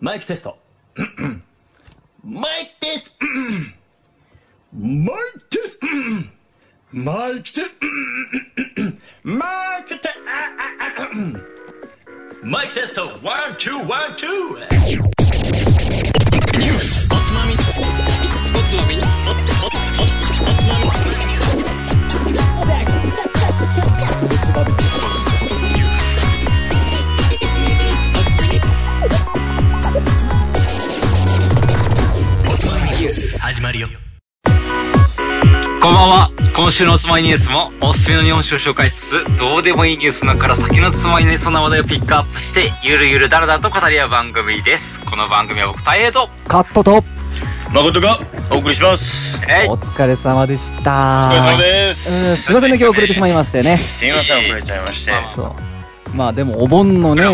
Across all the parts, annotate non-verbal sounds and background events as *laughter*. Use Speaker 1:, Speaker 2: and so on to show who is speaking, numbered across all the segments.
Speaker 1: マイクテスト。マイクテスト。マイクテスト。マイクテスト。マイクテスト。マイクテスト。ワン、ツー、ワン、ツー。
Speaker 2: おつまみおつまみおつ
Speaker 1: 始まるよ。
Speaker 3: こんばんは。今週のおつまいニュースもおすすめの日本酒を紹介しつつ、どうでもいいニュースの中から先のつまいになりそうな話題をピックアップして、ゆるゆるだらだらと語り合う番組です。この番組は僕、大平と、
Speaker 4: カットと
Speaker 5: 誠がお送りします。
Speaker 3: えい
Speaker 4: お疲れ様でし
Speaker 5: お疲れ様
Speaker 4: た
Speaker 5: です。
Speaker 4: うんすいませんね今日遅れてしまいましてね
Speaker 5: すいません、遅れちゃいまして。
Speaker 4: そうまあでもお盆のね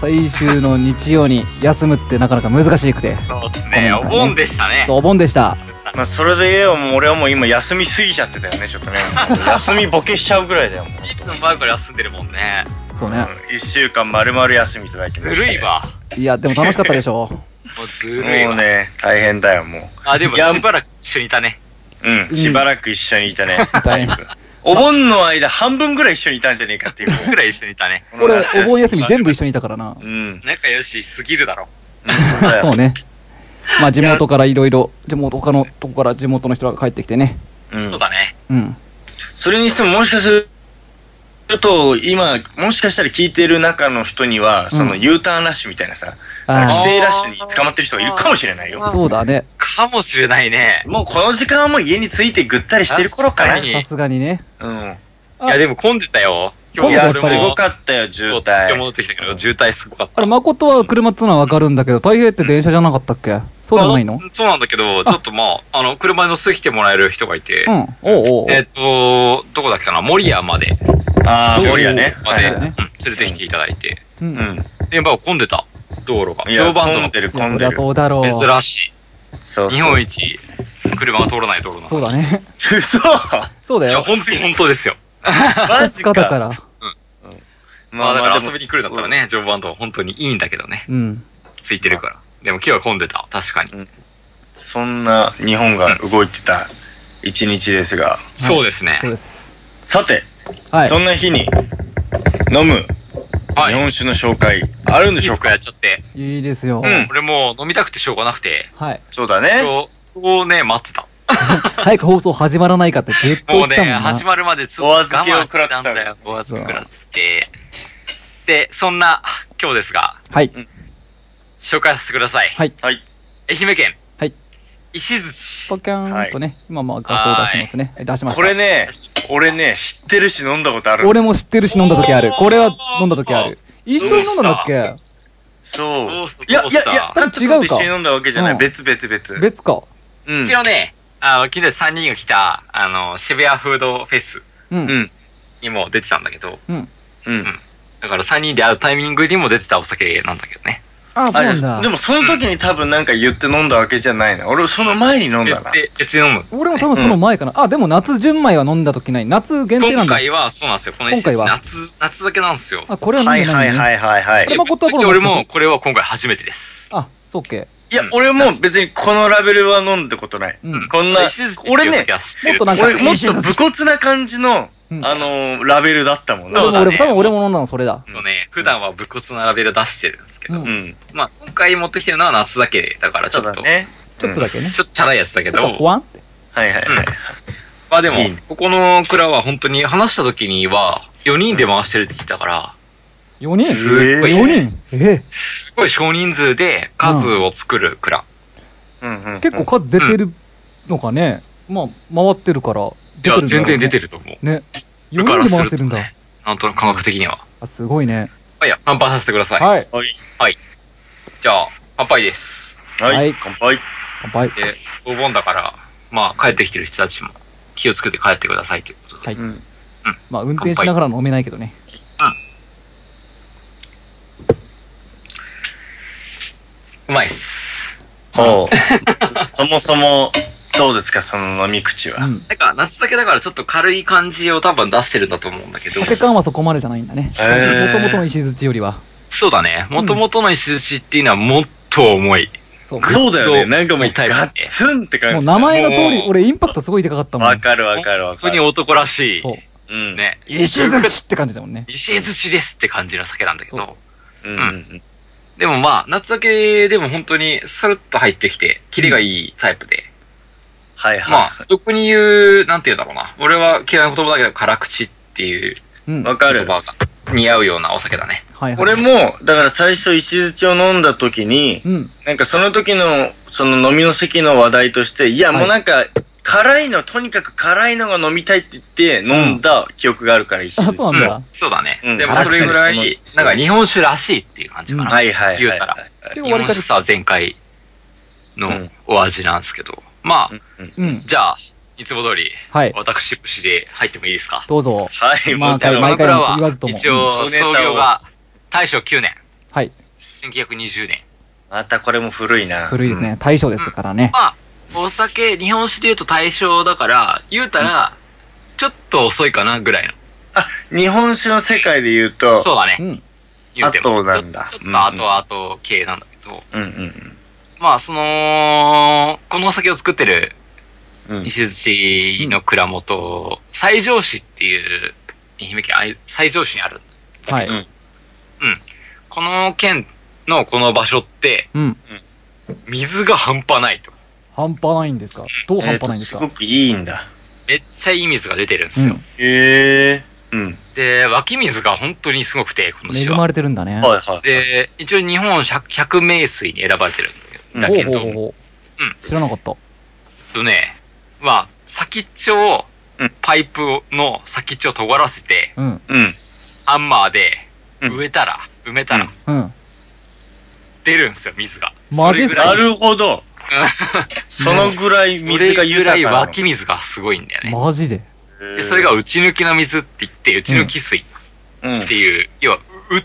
Speaker 4: 最終の日曜に休むってなかなか難しくて
Speaker 3: そうです
Speaker 4: めん
Speaker 3: ね。
Speaker 4: な
Speaker 3: お
Speaker 4: さいね
Speaker 3: 盆でしたね
Speaker 4: そ。うお盆でした
Speaker 5: まあ、それで言えば、もう俺はもう今休みすぎちゃってたよね、ちょっとね。 *laughs* 休みボケしちゃうぐらいだよ、もう。
Speaker 3: いつも前から休んでるもんね。
Speaker 4: そうね
Speaker 5: うん一週間丸々休みいただきました
Speaker 3: ずるい。わ。
Speaker 4: いやでも楽しかったでし
Speaker 5: *laughs*
Speaker 4: ょ
Speaker 3: もうずるい
Speaker 5: もう
Speaker 3: わ。
Speaker 5: ね、大変だよ、も
Speaker 3: あ、でも
Speaker 5: いや
Speaker 3: しばらく一緒にいたね。
Speaker 5: う。うん、しばらく一緒にいたね。
Speaker 4: だいぶ
Speaker 5: *laughs* お盆の間、半分ぐらい一緒にいたんじゃねえかって *laughs* いう。
Speaker 3: ぐらい一緒にいたね。
Speaker 4: 俺お盆休み全部一緒にいたからな
Speaker 5: うん。うん
Speaker 3: 仲良しすぎるだろ。
Speaker 5: だよ
Speaker 4: *laughs* そうねまあ地元からいろいろ地元他のとこから地元の人が帰ってきてね
Speaker 5: うん
Speaker 3: そうだね。
Speaker 4: うん
Speaker 5: それにしてももしかすると、今、もしかしたら聞いてる中の人には、その
Speaker 4: うん
Speaker 5: U ターンラッシュみたいなさ、
Speaker 4: あ
Speaker 5: 帰
Speaker 4: あ
Speaker 5: 省ラッシュに捕まってる人がいるかもしれないよ。
Speaker 4: そうだね
Speaker 3: かもしれないね。
Speaker 5: もうこの時間はもう家に着いてぐったりしてる頃かな。
Speaker 3: 確
Speaker 5: うん。い
Speaker 4: さすがにね
Speaker 3: いや、でも混んでたよ。今
Speaker 4: 混んで
Speaker 3: 日
Speaker 4: た
Speaker 5: や、
Speaker 3: 俺
Speaker 5: す
Speaker 3: も
Speaker 4: やっぱり
Speaker 5: ごかったよ、渋
Speaker 3: そう今日
Speaker 5: 滞。
Speaker 3: 戻ってきたけど、渋滞すごかった
Speaker 4: あ。れ誠は車っつうのはわかるんだけど大平って電車じゃなかったっけそうでもないの
Speaker 3: あそうなんだけど、ちょっとまあ、あの、車に乗せてきてもらえる人がいて、
Speaker 4: うんおうおうおう
Speaker 3: えっ、と、どこだっけかな、守谷まで、
Speaker 5: ああ、森はね。
Speaker 3: まで、
Speaker 4: はい
Speaker 3: う
Speaker 4: はい
Speaker 3: ん連れてきていただいて、
Speaker 4: う
Speaker 5: うんん。
Speaker 3: で、まあ、混んでた、道路が。
Speaker 5: いや
Speaker 3: 常磐道
Speaker 5: 混んでる、
Speaker 4: いや
Speaker 5: 混
Speaker 4: そ
Speaker 5: ん
Speaker 4: り
Speaker 5: で
Speaker 4: ゃ
Speaker 5: る。そ
Speaker 4: そうだろう。
Speaker 3: 珍し
Speaker 5: うそう。
Speaker 3: い、日本一、車が通らない道路な
Speaker 4: そう
Speaker 3: だ。
Speaker 4: だね。 *laughs*
Speaker 5: 嘘
Speaker 4: そうだ
Speaker 3: いや、
Speaker 4: よ。
Speaker 3: 本当に本当ですよ。
Speaker 5: マジ
Speaker 4: 使だか
Speaker 5: か。
Speaker 4: ら。
Speaker 3: まあ、だから遊びに来るんだったら
Speaker 5: ら。
Speaker 3: ね、常磐道は本当にいいんだけどね、
Speaker 4: うん。
Speaker 3: 空いてるから。でも今日は混んでた、確かに。
Speaker 5: そんな日本が動いてた一日ですが。
Speaker 3: そうですね
Speaker 4: そ。うです。
Speaker 5: さて、
Speaker 4: はい
Speaker 5: そ。んな日に飲む
Speaker 3: は
Speaker 5: 日
Speaker 3: い。
Speaker 5: 本酒の紹介あるん
Speaker 3: い
Speaker 5: で
Speaker 3: い
Speaker 5: し
Speaker 3: で
Speaker 5: ょう
Speaker 3: すか
Speaker 5: か
Speaker 3: やっちゃって。
Speaker 4: いいですよ。
Speaker 5: うん
Speaker 3: 俺もう飲みたくてしょうがなくて、
Speaker 4: はい。 *laughs*
Speaker 5: そうだ
Speaker 3: 今
Speaker 5: ね。
Speaker 3: 日、そこをね、待ってた。
Speaker 4: 早く放送始まらないかってずっと
Speaker 3: も
Speaker 4: 言
Speaker 3: う
Speaker 4: っ
Speaker 3: ね、
Speaker 4: てたもんな。
Speaker 3: 始まるまでずっと我慢してたんだよ。お
Speaker 4: お預
Speaker 3: 預
Speaker 4: け
Speaker 3: け食ら
Speaker 4: を食ら
Speaker 3: っ。
Speaker 4: って
Speaker 3: で、そんな、今日ですが、
Speaker 4: はい。
Speaker 3: 紹介させてください。
Speaker 4: はい。
Speaker 5: はい。
Speaker 3: 愛媛県。
Speaker 4: はい。
Speaker 3: 石槌。
Speaker 4: ポキャーンとね、今まあ画像出しますね。出しました。
Speaker 5: これ。ね、俺ね、知ってるし飲んだことある。
Speaker 4: 俺も知ってるし飲んだ時ある。これは飲んだ時ある。一緒に飲んだんだっけ
Speaker 5: そう。
Speaker 3: そう
Speaker 5: いや、いや、いや、
Speaker 4: 多分違う
Speaker 5: 一
Speaker 4: か
Speaker 5: 緒に飲んだわけじゃな
Speaker 4: う
Speaker 5: い。
Speaker 4: ん
Speaker 5: 別、別、別。
Speaker 4: 別か。
Speaker 5: うん。
Speaker 3: 一応ね、あの、昨日3人が来た、あの、渋谷フードフェス
Speaker 4: う。
Speaker 5: うんん。
Speaker 3: にも出てたんだけど、
Speaker 4: うん。
Speaker 5: うん。
Speaker 3: だから3人で会うタイミングにも出てたお酒なんだけどね。
Speaker 4: あ、そう
Speaker 5: あ、
Speaker 4: なん
Speaker 5: じゃあ
Speaker 4: だ
Speaker 5: で。もその時に多分なんか言って飲んだわけじゃないな。俺、その前に飲んだ
Speaker 3: 別
Speaker 5: な。
Speaker 3: で、別に飲む。
Speaker 4: 俺も多分その前かな。あ、でも夏純米は飲んだ時ない。夏限定な
Speaker 3: 今
Speaker 4: んだ。
Speaker 3: 回は、そうなんですよ。この石
Speaker 4: 今
Speaker 3: 槌、
Speaker 4: 回は
Speaker 3: 夏、夏だけなんですよ。
Speaker 4: あ、これは飲ん
Speaker 5: は
Speaker 4: で
Speaker 5: いは
Speaker 4: ないい
Speaker 5: は
Speaker 4: ね。
Speaker 5: いはいはい。
Speaker 4: でもこっちはこの
Speaker 3: 俺も、これは今回初めてです。
Speaker 4: あ、そうけ。
Speaker 5: いや、俺も別にこのラベルは飲んだことない。
Speaker 4: うん。
Speaker 5: こんな
Speaker 3: 石槌、ってい
Speaker 5: 俺
Speaker 3: う
Speaker 5: ね
Speaker 3: 酒、は知ってる
Speaker 4: もっとなんか、
Speaker 5: 俺もっと武骨な感じの、
Speaker 4: うん
Speaker 5: あのー、ラベルだったもん
Speaker 4: そ
Speaker 3: そ
Speaker 4: れ
Speaker 3: う
Speaker 5: な。
Speaker 4: も
Speaker 3: だね
Speaker 4: 俺も、多分俺も飲んだのそれだ。
Speaker 3: のね、普段は武骨なラベル出してるんですけど、
Speaker 4: うん
Speaker 5: うん。
Speaker 3: まあ今回持ってきてるのは夏だけだからち
Speaker 5: そ
Speaker 3: ょ
Speaker 5: う
Speaker 3: っ
Speaker 5: だ
Speaker 3: と、
Speaker 5: ね。
Speaker 4: ちょっとだけね。
Speaker 3: ちょっとチャラいやつだけ
Speaker 4: ち
Speaker 3: ど
Speaker 4: ょっ、と保安って。
Speaker 5: はいはいはい。
Speaker 3: まあでも
Speaker 5: いいね、
Speaker 3: ここの蔵は本当に話した時には、4人で回してるって聞いたから、
Speaker 4: 4人
Speaker 5: すげえ
Speaker 4: ?4 人え
Speaker 3: すごい少人数で数を作る蔵。
Speaker 5: うんうんうん
Speaker 4: え結構数出てるのかねまあ、回ってるから。
Speaker 3: いや、全然出て
Speaker 4: る
Speaker 3: ると思う。
Speaker 4: んだろうね。
Speaker 3: だ
Speaker 4: ね。
Speaker 3: か
Speaker 4: 4
Speaker 3: ら
Speaker 4: 人で回してるんだ。
Speaker 3: ねなんとなく感覚的には。
Speaker 4: あ、すごいね。
Speaker 3: まあいいや、乾杯させてください。
Speaker 4: はい。
Speaker 3: じゃあ、乾杯です。
Speaker 4: は
Speaker 5: はいい。乾杯。
Speaker 4: 乾杯。
Speaker 3: で、お盆だから、まあ帰ってきてる人たちも気をつけて帰ってくださいということで。
Speaker 4: はい
Speaker 5: うん
Speaker 4: まあ、運転しながら飲めないけどね。
Speaker 3: うまいっす。
Speaker 5: ほう。そもそも、どうですか、その飲み口
Speaker 4: う
Speaker 5: は。
Speaker 4: ん。
Speaker 3: なんか夏酒だからちょっと軽い感じを多分出してるんだと思うんだけど
Speaker 4: お、手感はそこまでじゃないんだね。
Speaker 5: へー
Speaker 4: もともとの石槌よりは。
Speaker 3: そうだね。元々の石打ちっていうのはもっと重い。
Speaker 4: そう
Speaker 5: そうだよね。なんかもう、
Speaker 3: 痛い
Speaker 5: ガッツンって感じ。
Speaker 4: もう名前の通り
Speaker 5: も、う
Speaker 4: 俺インパクトすごいでかかったもん。
Speaker 5: わかるわかるわ
Speaker 3: 本
Speaker 5: か
Speaker 3: 当に
Speaker 5: る。
Speaker 3: 男らしい。
Speaker 4: そう。
Speaker 5: うん。
Speaker 3: ね。
Speaker 4: 石寿司って感じだもんね。
Speaker 3: 石寿司ですって感じの酒なんだけ
Speaker 4: そ
Speaker 3: ど。
Speaker 5: うんうん
Speaker 3: でもまあ、夏酒でも本当にスルッと入ってきて、キリがいいタイプで。
Speaker 5: はい
Speaker 3: ま
Speaker 5: は
Speaker 3: あ、俗に言う、なんて言うんだろうな。俺は嫌いな言葉だけど、辛口っていう
Speaker 4: うん。
Speaker 5: い。わ
Speaker 4: は
Speaker 5: か
Speaker 3: 言
Speaker 5: る。
Speaker 3: 葉が似合うようなお酒だね。
Speaker 4: いはい。
Speaker 5: 俺も、だから最初、石づちを飲んだ時に、
Speaker 4: うん。
Speaker 5: なんかその時の、その飲みの席の話題として、いや
Speaker 4: はい
Speaker 5: もうなんか、辛いの、とにかく辛いのが飲みたいって言って飲んだ記憶があるから、石
Speaker 4: あ、
Speaker 5: づち。
Speaker 4: そうなんだ。
Speaker 3: そうだね。
Speaker 5: うん
Speaker 3: でもそれぐら
Speaker 5: 確かに
Speaker 3: い、なんか日本酒らしいっていう感じかな。
Speaker 5: はいはいはい
Speaker 3: 言う
Speaker 5: はい
Speaker 3: たら
Speaker 5: はい。
Speaker 4: 結
Speaker 3: 日
Speaker 4: 構割
Speaker 3: 本
Speaker 4: り
Speaker 3: 酒
Speaker 4: か
Speaker 3: さ、全開
Speaker 5: う
Speaker 3: の
Speaker 5: ん
Speaker 3: お味なんですけど。まあ、
Speaker 4: うん。
Speaker 3: じゃあ、いつも通り、
Speaker 4: はい。
Speaker 3: 私、プシで入ってもいいですか
Speaker 4: どうぞ。
Speaker 5: はい、
Speaker 4: まあ
Speaker 5: もう多分
Speaker 4: 毎回
Speaker 3: 僕らは
Speaker 4: 言わずとも
Speaker 3: 一応、創業が大正9年、
Speaker 4: はい。
Speaker 3: 1920年。
Speaker 5: またこれも古いな。
Speaker 4: 古いですね。大将ですからね。
Speaker 3: まあ、お酒、日本酒で言うと大正だから、言うたら、ちょっと遅いかなぐらいの。
Speaker 5: うん。日本酒の世界で言うと、
Speaker 3: そうだ
Speaker 4: う
Speaker 3: ね。
Speaker 4: ん。
Speaker 3: 言うても。
Speaker 5: 後なんだ
Speaker 3: ちょちょ
Speaker 5: う
Speaker 3: っ
Speaker 5: ん
Speaker 3: と後後系なんだけど。
Speaker 5: うんうん
Speaker 3: まあ、その、このお酒を作ってる
Speaker 5: うん。うん。
Speaker 3: 石槌の蔵元、西条市っていう、愛媛県あい西条市にある。
Speaker 4: はい。
Speaker 3: この県のこの場所って、
Speaker 4: うん。
Speaker 3: 水が半端ないと。
Speaker 4: 半端ないんですかどう
Speaker 5: え
Speaker 4: 半
Speaker 5: ーと
Speaker 4: 端ないんです
Speaker 5: す
Speaker 4: か、
Speaker 5: ごくいいんだ。
Speaker 3: めっちゃいい水が出てるんですよ。
Speaker 5: へえ。うん。
Speaker 3: で、湧き水が本当にすごくて、この
Speaker 4: うん。恵
Speaker 3: 市は
Speaker 4: ま。れてるんだね。
Speaker 5: はいはい。
Speaker 3: で、一応日本百百名水に選ばれてるんだ
Speaker 4: ほう
Speaker 3: け
Speaker 4: ほ
Speaker 3: ど、だ
Speaker 4: うほう
Speaker 3: けど
Speaker 4: ほ
Speaker 3: うん
Speaker 4: う。知らなかった。
Speaker 3: とね、まあ、先っちょを
Speaker 5: うん、
Speaker 3: パイプの先っちょを尖らせて、
Speaker 4: うん。
Speaker 5: うん。
Speaker 3: ハンマーで
Speaker 5: うん
Speaker 3: 植えたら、埋めた
Speaker 5: うん
Speaker 3: ら、
Speaker 4: うん。
Speaker 3: 出るんですよ、水が。
Speaker 4: マジっ
Speaker 3: それ
Speaker 4: す
Speaker 3: ぐ
Speaker 4: か
Speaker 3: ら
Speaker 5: ないるほど。そのぐらい水が
Speaker 3: それぐ
Speaker 5: 豊
Speaker 3: ら
Speaker 5: か
Speaker 3: い
Speaker 5: なの
Speaker 3: 湧き水がすごいんだよね。
Speaker 4: マジで。 *laughs*
Speaker 3: で、それが、内抜きの水って言って、内抜き水っ
Speaker 5: うん。
Speaker 3: ていう、要は、打っ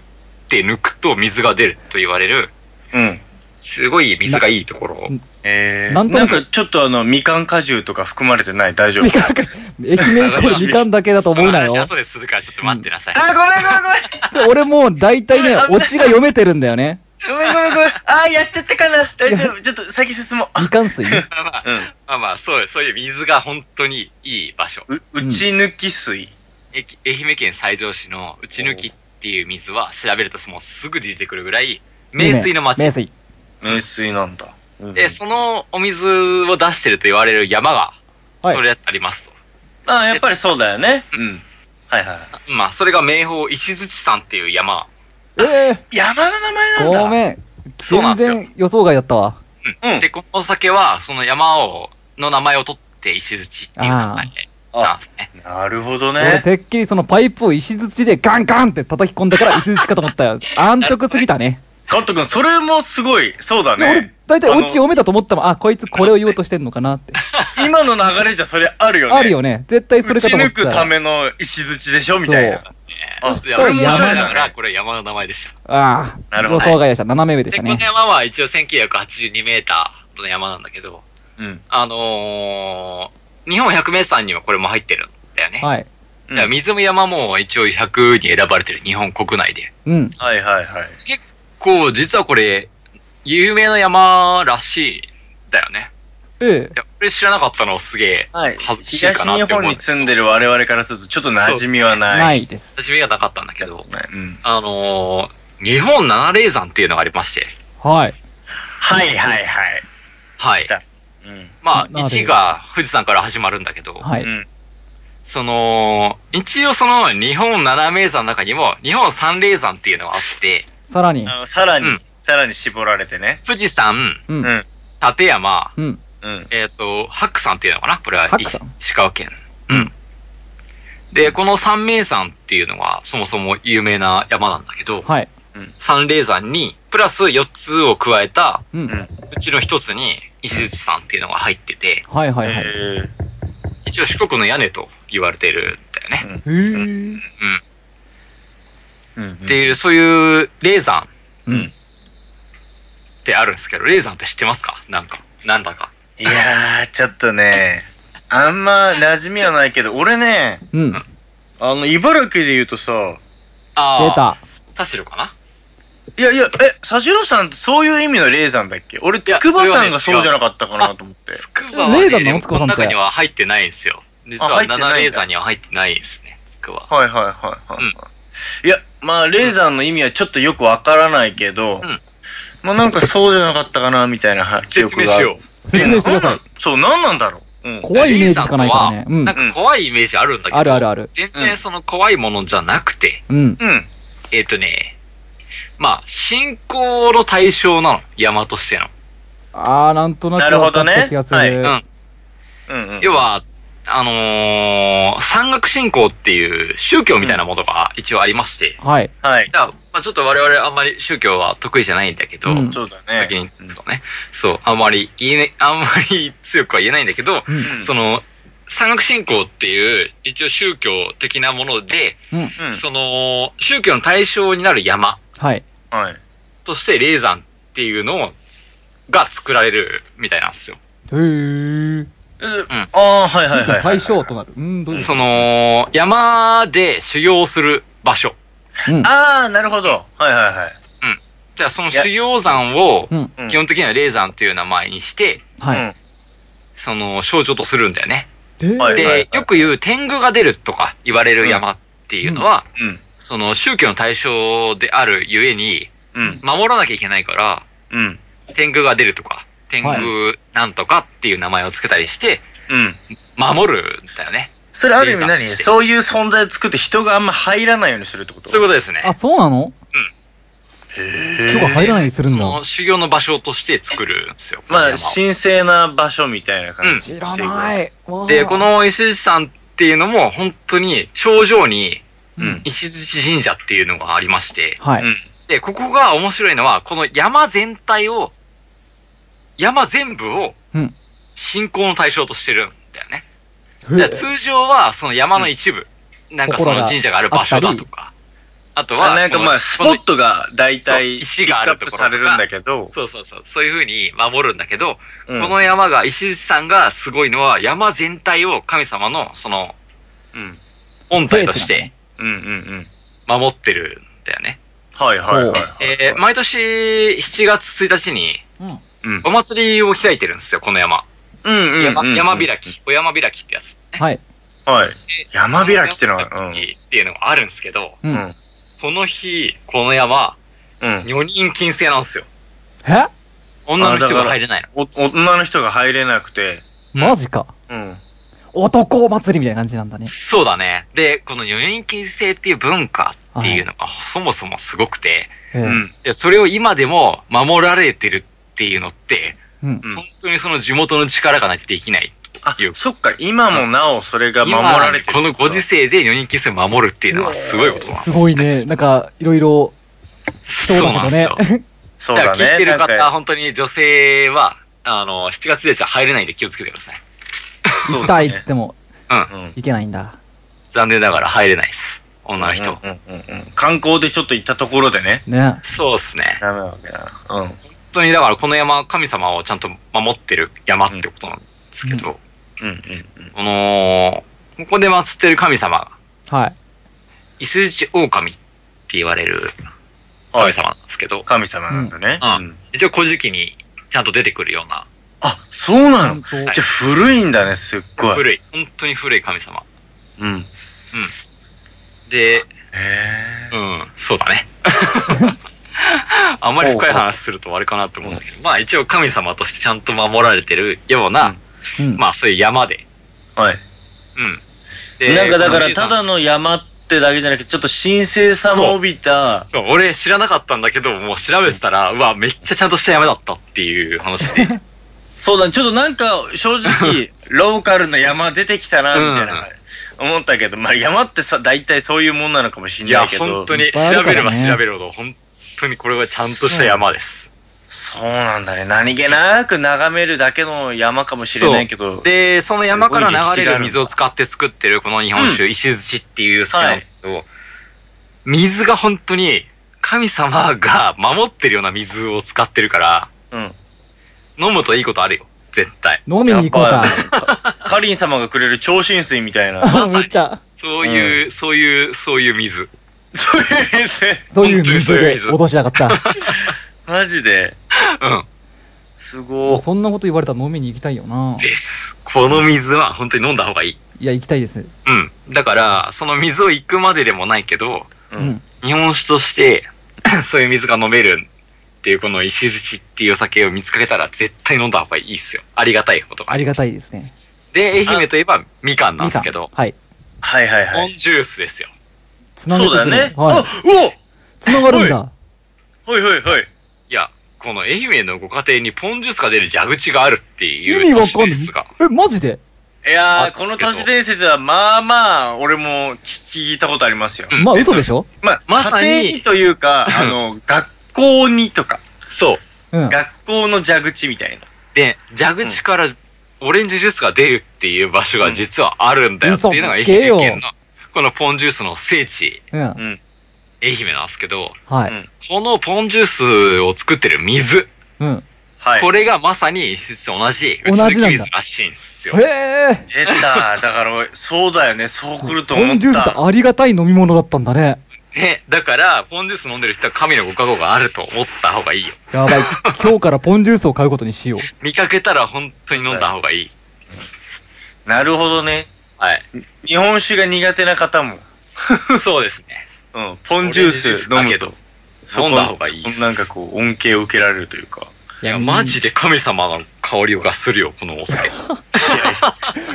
Speaker 3: て抜くと水が出ると言われる、
Speaker 5: うん。
Speaker 3: すごい水がいいところ。
Speaker 5: えー、
Speaker 4: な
Speaker 5: なんん
Speaker 4: となく
Speaker 5: かちょっとあの、みかん果汁とか含まれてない大丈夫
Speaker 4: み。かんか、愛媛これみかんだけだと思うな
Speaker 3: *laughs* その話
Speaker 4: よ。
Speaker 3: 後でするからちょっと待ってなさい。
Speaker 5: あ、ごめんごめんごめん。
Speaker 4: 俺もう大体ね、オチが読めてるんだ
Speaker 3: *laughs*
Speaker 4: よね。
Speaker 5: ごめんごめんごめん。あー、やっちゃったかな。大丈夫。ちょっと先進もう。
Speaker 4: みかん水
Speaker 3: まあまあ、
Speaker 5: うん。
Speaker 3: まあまあ、そう、そういう水が本当にいい場所。
Speaker 5: う、内抜き水。
Speaker 3: えき愛媛県西条市の内抜きっていう水は調べるともうすぐ出てくるぐらい、名水の町。
Speaker 4: いいね名水。
Speaker 5: 名水なんだ。うん
Speaker 3: で、そのお水を出してると言われる山が、
Speaker 4: はい
Speaker 3: それありますと。
Speaker 5: あー、やっぱりそうだよね。うん。はいはい。
Speaker 3: まあ、それが名峰石槌山っていう山。
Speaker 4: え
Speaker 5: 山の名前
Speaker 4: え
Speaker 5: なんだ。
Speaker 4: ごめん。
Speaker 3: そうな
Speaker 4: 全
Speaker 3: んですよ
Speaker 4: 然予想外やったわ。
Speaker 5: うん。
Speaker 3: で、このお酒は、その山を、の名前を取って石槌っていう名前なんですね。
Speaker 5: なるほど
Speaker 4: 俺
Speaker 5: ね。
Speaker 4: てっきりそのパイプを石槌でガンガンって叩き込んだから石槌かと思ったよ。安直すぎたね。
Speaker 5: カット君、それもすごい、そうだ
Speaker 4: で俺
Speaker 5: ね。、
Speaker 4: 大体オチ読めたと思ったもん。あ、こいつこれを言おうとしてんのかなって。
Speaker 5: 今の流れじゃそれあるよね。
Speaker 4: あるよね。絶対それ
Speaker 5: 打
Speaker 4: か
Speaker 5: ち
Speaker 4: と思っ
Speaker 5: 抜
Speaker 4: た
Speaker 5: くた
Speaker 4: ら。
Speaker 5: めの石づちでしょみたいな。
Speaker 3: あ
Speaker 5: あ
Speaker 3: それも面白
Speaker 5: そう
Speaker 3: い
Speaker 5: 山
Speaker 3: だ
Speaker 5: だ
Speaker 3: か
Speaker 5: ね
Speaker 3: ら、これ山の名前でした。
Speaker 4: ああ
Speaker 5: な、るほ
Speaker 4: 予
Speaker 5: ど
Speaker 4: 想外でした。斜め上でし
Speaker 3: で、
Speaker 4: た
Speaker 3: この
Speaker 4: ね。
Speaker 3: 山は一応1982メーターの山なんだけど、
Speaker 5: うん。
Speaker 3: あのー、日本百名山にはこれも入ってるんだよね。
Speaker 4: はい。
Speaker 5: う
Speaker 3: だ
Speaker 5: ん
Speaker 3: から水も山も一応100に選ばれてる、日本国内で。
Speaker 4: うん。
Speaker 5: はいはいはい。
Speaker 3: こう、実はこれ、有名な山らしいんだよね。
Speaker 4: ええ
Speaker 3: い。や、俺知らなかったのすげえ、
Speaker 5: はい
Speaker 3: 恥ずかしい
Speaker 5: 東
Speaker 3: かな
Speaker 5: 日
Speaker 3: って思
Speaker 5: 本
Speaker 3: う
Speaker 5: に。住んでる我々からすると、ちょっと馴染みはな。
Speaker 4: ないいです。
Speaker 3: 馴染みがなかったんだけど、
Speaker 5: うん
Speaker 3: あのー、日本七霊山っていうのがありまして、
Speaker 4: はい。
Speaker 5: はいはいはい。
Speaker 3: はい
Speaker 5: 来。た。うん。
Speaker 3: まあ、
Speaker 4: 七霊山
Speaker 3: 1が富士山から始まるんだけど、
Speaker 4: は
Speaker 5: う
Speaker 4: い。
Speaker 5: ん。
Speaker 3: その、一応その日本七名山の中にも、日本三霊山っていうのがあって、
Speaker 4: さらに。
Speaker 5: あのさらに
Speaker 3: うん、
Speaker 5: さらに絞られてね。
Speaker 3: 富士山、
Speaker 4: うん
Speaker 5: うん。
Speaker 3: 立山、
Speaker 4: うん。
Speaker 5: うん。
Speaker 3: えっ、と、白山っていうのかなこれは
Speaker 4: 白山
Speaker 3: 石川県。うん。で、この三名山っていうのがそもそも有名な山なんだけど、
Speaker 4: はい。
Speaker 3: 三霊山に、プラス四つを加えた、
Speaker 4: うん。
Speaker 5: ん
Speaker 3: うちの一つに、石槌山っていうのが入ってて、
Speaker 4: はいはいはい。
Speaker 5: えー
Speaker 3: 一応四国の屋根と言われてるんだよね。
Speaker 4: へえ。
Speaker 5: うん
Speaker 3: っていう、そういう霊山
Speaker 4: うん。
Speaker 3: ってあるんですけど、霊山って知ってますかなんか、なんだか。
Speaker 5: いやー、ちょっとね、あんま馴染みはないけど、俺ね、
Speaker 4: うん。
Speaker 5: あの、茨城で言うとさ、
Speaker 3: あ
Speaker 4: 出
Speaker 3: あ、田
Speaker 4: た。
Speaker 3: 代かな
Speaker 5: いやいや、え、サジロさんってそういう意味の霊山だっけ俺、
Speaker 3: や
Speaker 5: 筑波
Speaker 3: それは
Speaker 5: さ
Speaker 3: ね
Speaker 5: んがそうじゃなかったかなと思って。
Speaker 3: 筑波は、ね、
Speaker 4: レーザーなの筑波さんって
Speaker 3: この中には入ってないんですよ。実
Speaker 5: あ
Speaker 3: は
Speaker 5: 入ってないんだ
Speaker 3: 7レーザーには入ってないですね、筑波。
Speaker 5: はいはいはいはい。
Speaker 3: うん
Speaker 5: いや、まあ、霊山の意味はちょっとよくわからないけど、
Speaker 3: うん
Speaker 5: まあなんかそうじゃなかったかな、みたいなは記
Speaker 3: 説
Speaker 5: 憶
Speaker 3: 明
Speaker 5: があ
Speaker 3: し
Speaker 5: る。
Speaker 3: よう。
Speaker 4: 説明してください。
Speaker 5: そう、なんなんだろう。うん。
Speaker 4: 怖いイメージしかないからね。う
Speaker 3: レー
Speaker 4: ん
Speaker 3: ザー。とはなんか怖いイメージあるんだけど、
Speaker 4: あるあるある。
Speaker 3: 全然その怖いものじゃなくて、
Speaker 4: うん。
Speaker 5: うん。
Speaker 3: えっ、とね、まあ、信仰の対象なの、山としての。
Speaker 4: あー、なんとな
Speaker 5: な
Speaker 4: く
Speaker 5: る
Speaker 4: 分
Speaker 5: ほ
Speaker 4: か
Speaker 5: ど
Speaker 4: っ
Speaker 5: ね
Speaker 4: た気がす
Speaker 5: はい
Speaker 4: る。
Speaker 3: うん。
Speaker 5: うん、うん。
Speaker 3: 要、は、あのー山岳信仰っていう宗教みたいなものが一応ありまして、
Speaker 4: はい。
Speaker 5: はい。
Speaker 3: じゃあ、まあ、ちょっと我々あんまり宗教は得意じゃないんだけど、
Speaker 4: うん
Speaker 5: そうだ
Speaker 3: 先
Speaker 5: ね
Speaker 3: に。言うとね、そう、あんまり言えね、あんまり強くは言えないんだけど、
Speaker 4: うん
Speaker 5: うん
Speaker 3: その、山岳信仰っていう、一応宗教的なもので、
Speaker 4: うん。
Speaker 5: うん。
Speaker 3: その、宗教の対象になる山
Speaker 4: はい。
Speaker 5: はい。
Speaker 3: として霊山っていうのをが作られるみたいなんですよ。
Speaker 4: へー。
Speaker 5: ああー、はいはいはい。
Speaker 4: 対象となる。うん、どういうこ
Speaker 3: その、山で修行する場所。
Speaker 4: とうん。
Speaker 5: ああ、なるほど。はいはいはい。
Speaker 3: じゃあその修行山を
Speaker 4: うん。
Speaker 5: うん
Speaker 3: 基本的には霊山という名前にして、
Speaker 4: は
Speaker 5: う
Speaker 4: い。
Speaker 5: ん
Speaker 3: その象徴とするんだよね。
Speaker 4: で、
Speaker 5: はい
Speaker 3: で、よく言う天狗が出るとか言われる山っていうのは、
Speaker 5: うん。
Speaker 3: その宗教の対象であるゆえに、
Speaker 5: うん。
Speaker 3: 守らなきゃいけないから、
Speaker 5: うん。
Speaker 3: 天狗が出るとか、天狗なんとかっていう名前をつけたりして、
Speaker 5: うん。
Speaker 3: 守るんだよね。
Speaker 5: それある意味
Speaker 3: レー
Speaker 5: 何
Speaker 3: ザー
Speaker 5: そういう存在を作って人があんま入らないようにするってこと
Speaker 3: そういうことですね。
Speaker 4: あ、そうなのうん。人が入らないようにするんだ
Speaker 3: そ。の修行の場所として作るんですよ。
Speaker 5: ま
Speaker 3: 山
Speaker 5: あ、
Speaker 3: を
Speaker 5: 神聖な場所みたいな感じ。
Speaker 4: 知らない。
Speaker 3: で、こ、の伊勢さんっていうのも、本当に、頂上に、
Speaker 4: う
Speaker 5: うん
Speaker 4: ん。
Speaker 3: 石槌神社っていうのがありまして、
Speaker 4: は
Speaker 5: う
Speaker 4: い。
Speaker 5: ん。
Speaker 3: で、ここが面白いのは、この山全体を、山全部を
Speaker 4: うん、
Speaker 3: 信仰の対象としてるんだよね。
Speaker 4: へ
Speaker 3: で通常は、その山の一部、なんかその神社がある場所だとか、あとは、
Speaker 5: なんかまあ、ス
Speaker 3: こ
Speaker 5: ポ
Speaker 3: の
Speaker 5: ットが大体、
Speaker 3: そう石があるところとか
Speaker 5: ピックアップされるんだけど、
Speaker 3: そうそうそう、そういう風に守るんだけど、
Speaker 5: うん
Speaker 3: この山が、石さんがすごいのは、山全体を神様の、その、
Speaker 5: うん。
Speaker 3: 本体とし
Speaker 4: 聖地な
Speaker 3: て
Speaker 4: のね
Speaker 5: うんうんうん。
Speaker 3: 守ってるんだよね。
Speaker 5: はいはいはい。
Speaker 3: えー毎年7月1日に
Speaker 4: うん。
Speaker 5: うん
Speaker 3: お祭りを開いてるんですよ、この山。
Speaker 5: うんうん
Speaker 3: 山
Speaker 5: うん。
Speaker 3: 山開。き。お山開きってやつ。
Speaker 4: はい。
Speaker 5: はい。山開きってのは、
Speaker 3: お
Speaker 5: う
Speaker 3: 山開
Speaker 5: ん。
Speaker 3: きっていうのがあるんですけど、
Speaker 4: う。
Speaker 5: うんん。
Speaker 3: この日、この山、
Speaker 5: うん。
Speaker 3: 4人禁制なんですよ。
Speaker 4: え
Speaker 3: 女の人が入れないの。
Speaker 5: お女の人が入れなくて、
Speaker 4: マジか。
Speaker 5: うん。
Speaker 4: 男祭りみたいな感じなんだね。
Speaker 3: そうだね。で、この4人禁制っていう文化っていうのがそもそもすごくて、
Speaker 4: へ
Speaker 5: う
Speaker 4: ー
Speaker 5: ん。
Speaker 3: でそれを今でも守られてるっていうのって、
Speaker 4: うん。
Speaker 5: うん
Speaker 3: 本当にその地元の力がないとできない。
Speaker 5: あ
Speaker 3: いう、
Speaker 5: そっか、今もなおそれが守
Speaker 3: 今
Speaker 5: られてる。
Speaker 3: このご時世で女人禁制を守るっていうのはすごいことなの。
Speaker 4: すごいね。なんか、いろいろ、
Speaker 3: そうなんですよ。
Speaker 5: そう
Speaker 3: だ
Speaker 5: だ
Speaker 3: から
Speaker 5: ね。
Speaker 3: 聞いてる
Speaker 5: なん
Speaker 3: 方、
Speaker 5: か
Speaker 3: 本当に女性は、あの、7月でじゃ入れないんで気をつけてください。
Speaker 5: そう
Speaker 4: 行き
Speaker 5: だ
Speaker 4: た
Speaker 5: ね
Speaker 4: いっつっても、
Speaker 5: うん。
Speaker 4: 行けないんだ。
Speaker 3: 残念ながら入れないです。女の人。
Speaker 5: うんうんうんうん観光でちょっと行ったところでね。
Speaker 4: ね。
Speaker 3: そうですね。
Speaker 5: ダメなわけだな。うん。
Speaker 3: 本当にだからこの山、神様をちゃんと守ってる山ってことなんですけど、
Speaker 5: うんうんうん。
Speaker 3: この、ここで祀ってる神様が、
Speaker 4: はい。
Speaker 3: イスジ狼って言われる神様なんですけど、
Speaker 5: 神様なんだね。
Speaker 3: うん。一応古事記にちゃんと出てくるような、
Speaker 5: あ、そう
Speaker 4: ち
Speaker 5: な
Speaker 4: ゃん
Speaker 5: の
Speaker 4: と、
Speaker 5: じゃあ古いんだね、すっごい。い。
Speaker 3: 古い、本当に古い神様。
Speaker 5: うん。
Speaker 3: で、
Speaker 5: へ
Speaker 3: うん、そうだね。 *laughs* あんまり深い話するとあれかなと思うんだけど、まあ一応神様としてちゃんと守られてるような、
Speaker 4: うん。
Speaker 3: まあそういう山で。
Speaker 5: ーはい。
Speaker 3: うん。
Speaker 5: なんかだから、ただ
Speaker 3: の、
Speaker 5: の山ってだけじゃなくて、ちょっと神聖さも帯びた、
Speaker 3: そう、俺知らなかったんだけど、もう調べてたら、うわ、めっちゃちゃんとした山だったっていう話で。
Speaker 5: そうだね、ちょっとなんか、
Speaker 3: *laughs*
Speaker 5: 正直、ローカルな山出てきたな、
Speaker 3: うん
Speaker 5: みたいな、思ったけど、まあ山ってさ、大体そういうもんなのかもし
Speaker 3: い
Speaker 5: れな
Speaker 3: や、
Speaker 5: いけど。
Speaker 3: 本当に、
Speaker 4: ぱいある
Speaker 3: 調
Speaker 4: か
Speaker 3: べれ
Speaker 4: らね
Speaker 3: ば調べるほど、本当にこれはちゃんとした山です。
Speaker 5: そうなんだね。何気なく眺めるだけの山かもしれないけど。
Speaker 3: で、その山から流れる水を使って作ってるこの日本酒、石槌っていう酒なんだけど、水が本当に神様が守ってるような水を使ってるから、
Speaker 5: うん。
Speaker 3: 飲むといいことあるよ。絶対。
Speaker 4: 飲みに行こうか。
Speaker 5: か。カリン様がくれる超浸水みたいな。
Speaker 4: めっちゃ。
Speaker 3: そういう、そういう、そういう水。
Speaker 5: そういう店。
Speaker 4: *laughs* そういう水
Speaker 5: 本当にそういう
Speaker 4: で
Speaker 5: 水
Speaker 4: 落としやがった。
Speaker 5: マジで。
Speaker 3: うん。
Speaker 5: すごい。
Speaker 4: そんなこと言われたら飲みに行きたいよな。
Speaker 3: です。この水は本当に飲んだ方がいい。
Speaker 4: いや、行きたいです。
Speaker 3: うん。だから、その水を行くまででもないけど、
Speaker 5: う
Speaker 4: うんん。
Speaker 3: 日本酒として、 *clears throat* そういう水が飲めるっていう、この石槌っていうお酒を見つかけたら、絶対飲んだ方がいいっすよ。ありがたいことが
Speaker 4: あ。りがたいですね。
Speaker 3: で、愛媛といえば、みかんなん
Speaker 4: み
Speaker 3: で
Speaker 4: か
Speaker 3: す
Speaker 4: ん
Speaker 3: けど、
Speaker 4: はい。
Speaker 5: はいはいは
Speaker 3: ポン
Speaker 5: い。
Speaker 3: ジュースですよ。
Speaker 4: つなげて
Speaker 5: そう
Speaker 4: く
Speaker 5: だ
Speaker 4: れ
Speaker 5: ね
Speaker 4: る。。
Speaker 5: あ
Speaker 4: は、
Speaker 5: う
Speaker 4: い。つながるんだ。
Speaker 5: おはいはいはい。
Speaker 3: いや、この愛媛のご家庭にポンジュースが出る蛇口があるって
Speaker 4: 意
Speaker 3: いう
Speaker 4: 味わか
Speaker 3: 都
Speaker 4: ん
Speaker 3: 市
Speaker 4: な
Speaker 3: ですが
Speaker 4: い。。え、マジで
Speaker 5: いや
Speaker 3: あ
Speaker 5: ー、この都市伝説は、まあまあ、俺も聞聞いたことありますよ。
Speaker 3: うん
Speaker 4: まあ、嘘でしょ
Speaker 5: まあ、
Speaker 3: まさに
Speaker 5: 家庭にというか、あの、学校にとか、
Speaker 3: そう。
Speaker 4: うん。
Speaker 5: 学校の蛇口みたいな。
Speaker 3: で、蛇口からオレンジジュースが出るっていう場所が実はあるんだよっていうのが愛
Speaker 4: 嘘つけよ
Speaker 3: 媛県の、このポンジュースの聖地、
Speaker 4: うん
Speaker 5: う。ん。
Speaker 3: 愛媛なんですけど、
Speaker 4: は
Speaker 5: う
Speaker 4: い。
Speaker 5: ん。
Speaker 3: このポンジュースを作ってる水、
Speaker 4: うん。
Speaker 5: はい。
Speaker 3: これがまさに一つ同じ、
Speaker 4: 同じなんだ
Speaker 3: 水らしいんですよ。
Speaker 4: へえ。
Speaker 5: 出た。だから、そうだよね。そう来ると
Speaker 4: ポ
Speaker 5: 思った。
Speaker 4: ンジュースってありがたい飲み物だったんだね。
Speaker 3: ね、だから、ポンジュース飲んでる人は神のご加護があると思った方がいいよ。
Speaker 4: やばい。今日からポンジュースを買うことにしよう。
Speaker 3: 見かけたら本当に飲んだ方がいい。
Speaker 5: なるほどね。
Speaker 3: はい。
Speaker 5: 日本酒が苦手な方も、
Speaker 3: そうですね。
Speaker 5: うん、ポンジュース飲むと、そこ
Speaker 3: 飲んだ方がいい
Speaker 5: そこなんかこう、恩恵を受けられるというか。
Speaker 3: いや、マジで神様の香りがするよ、このお酒。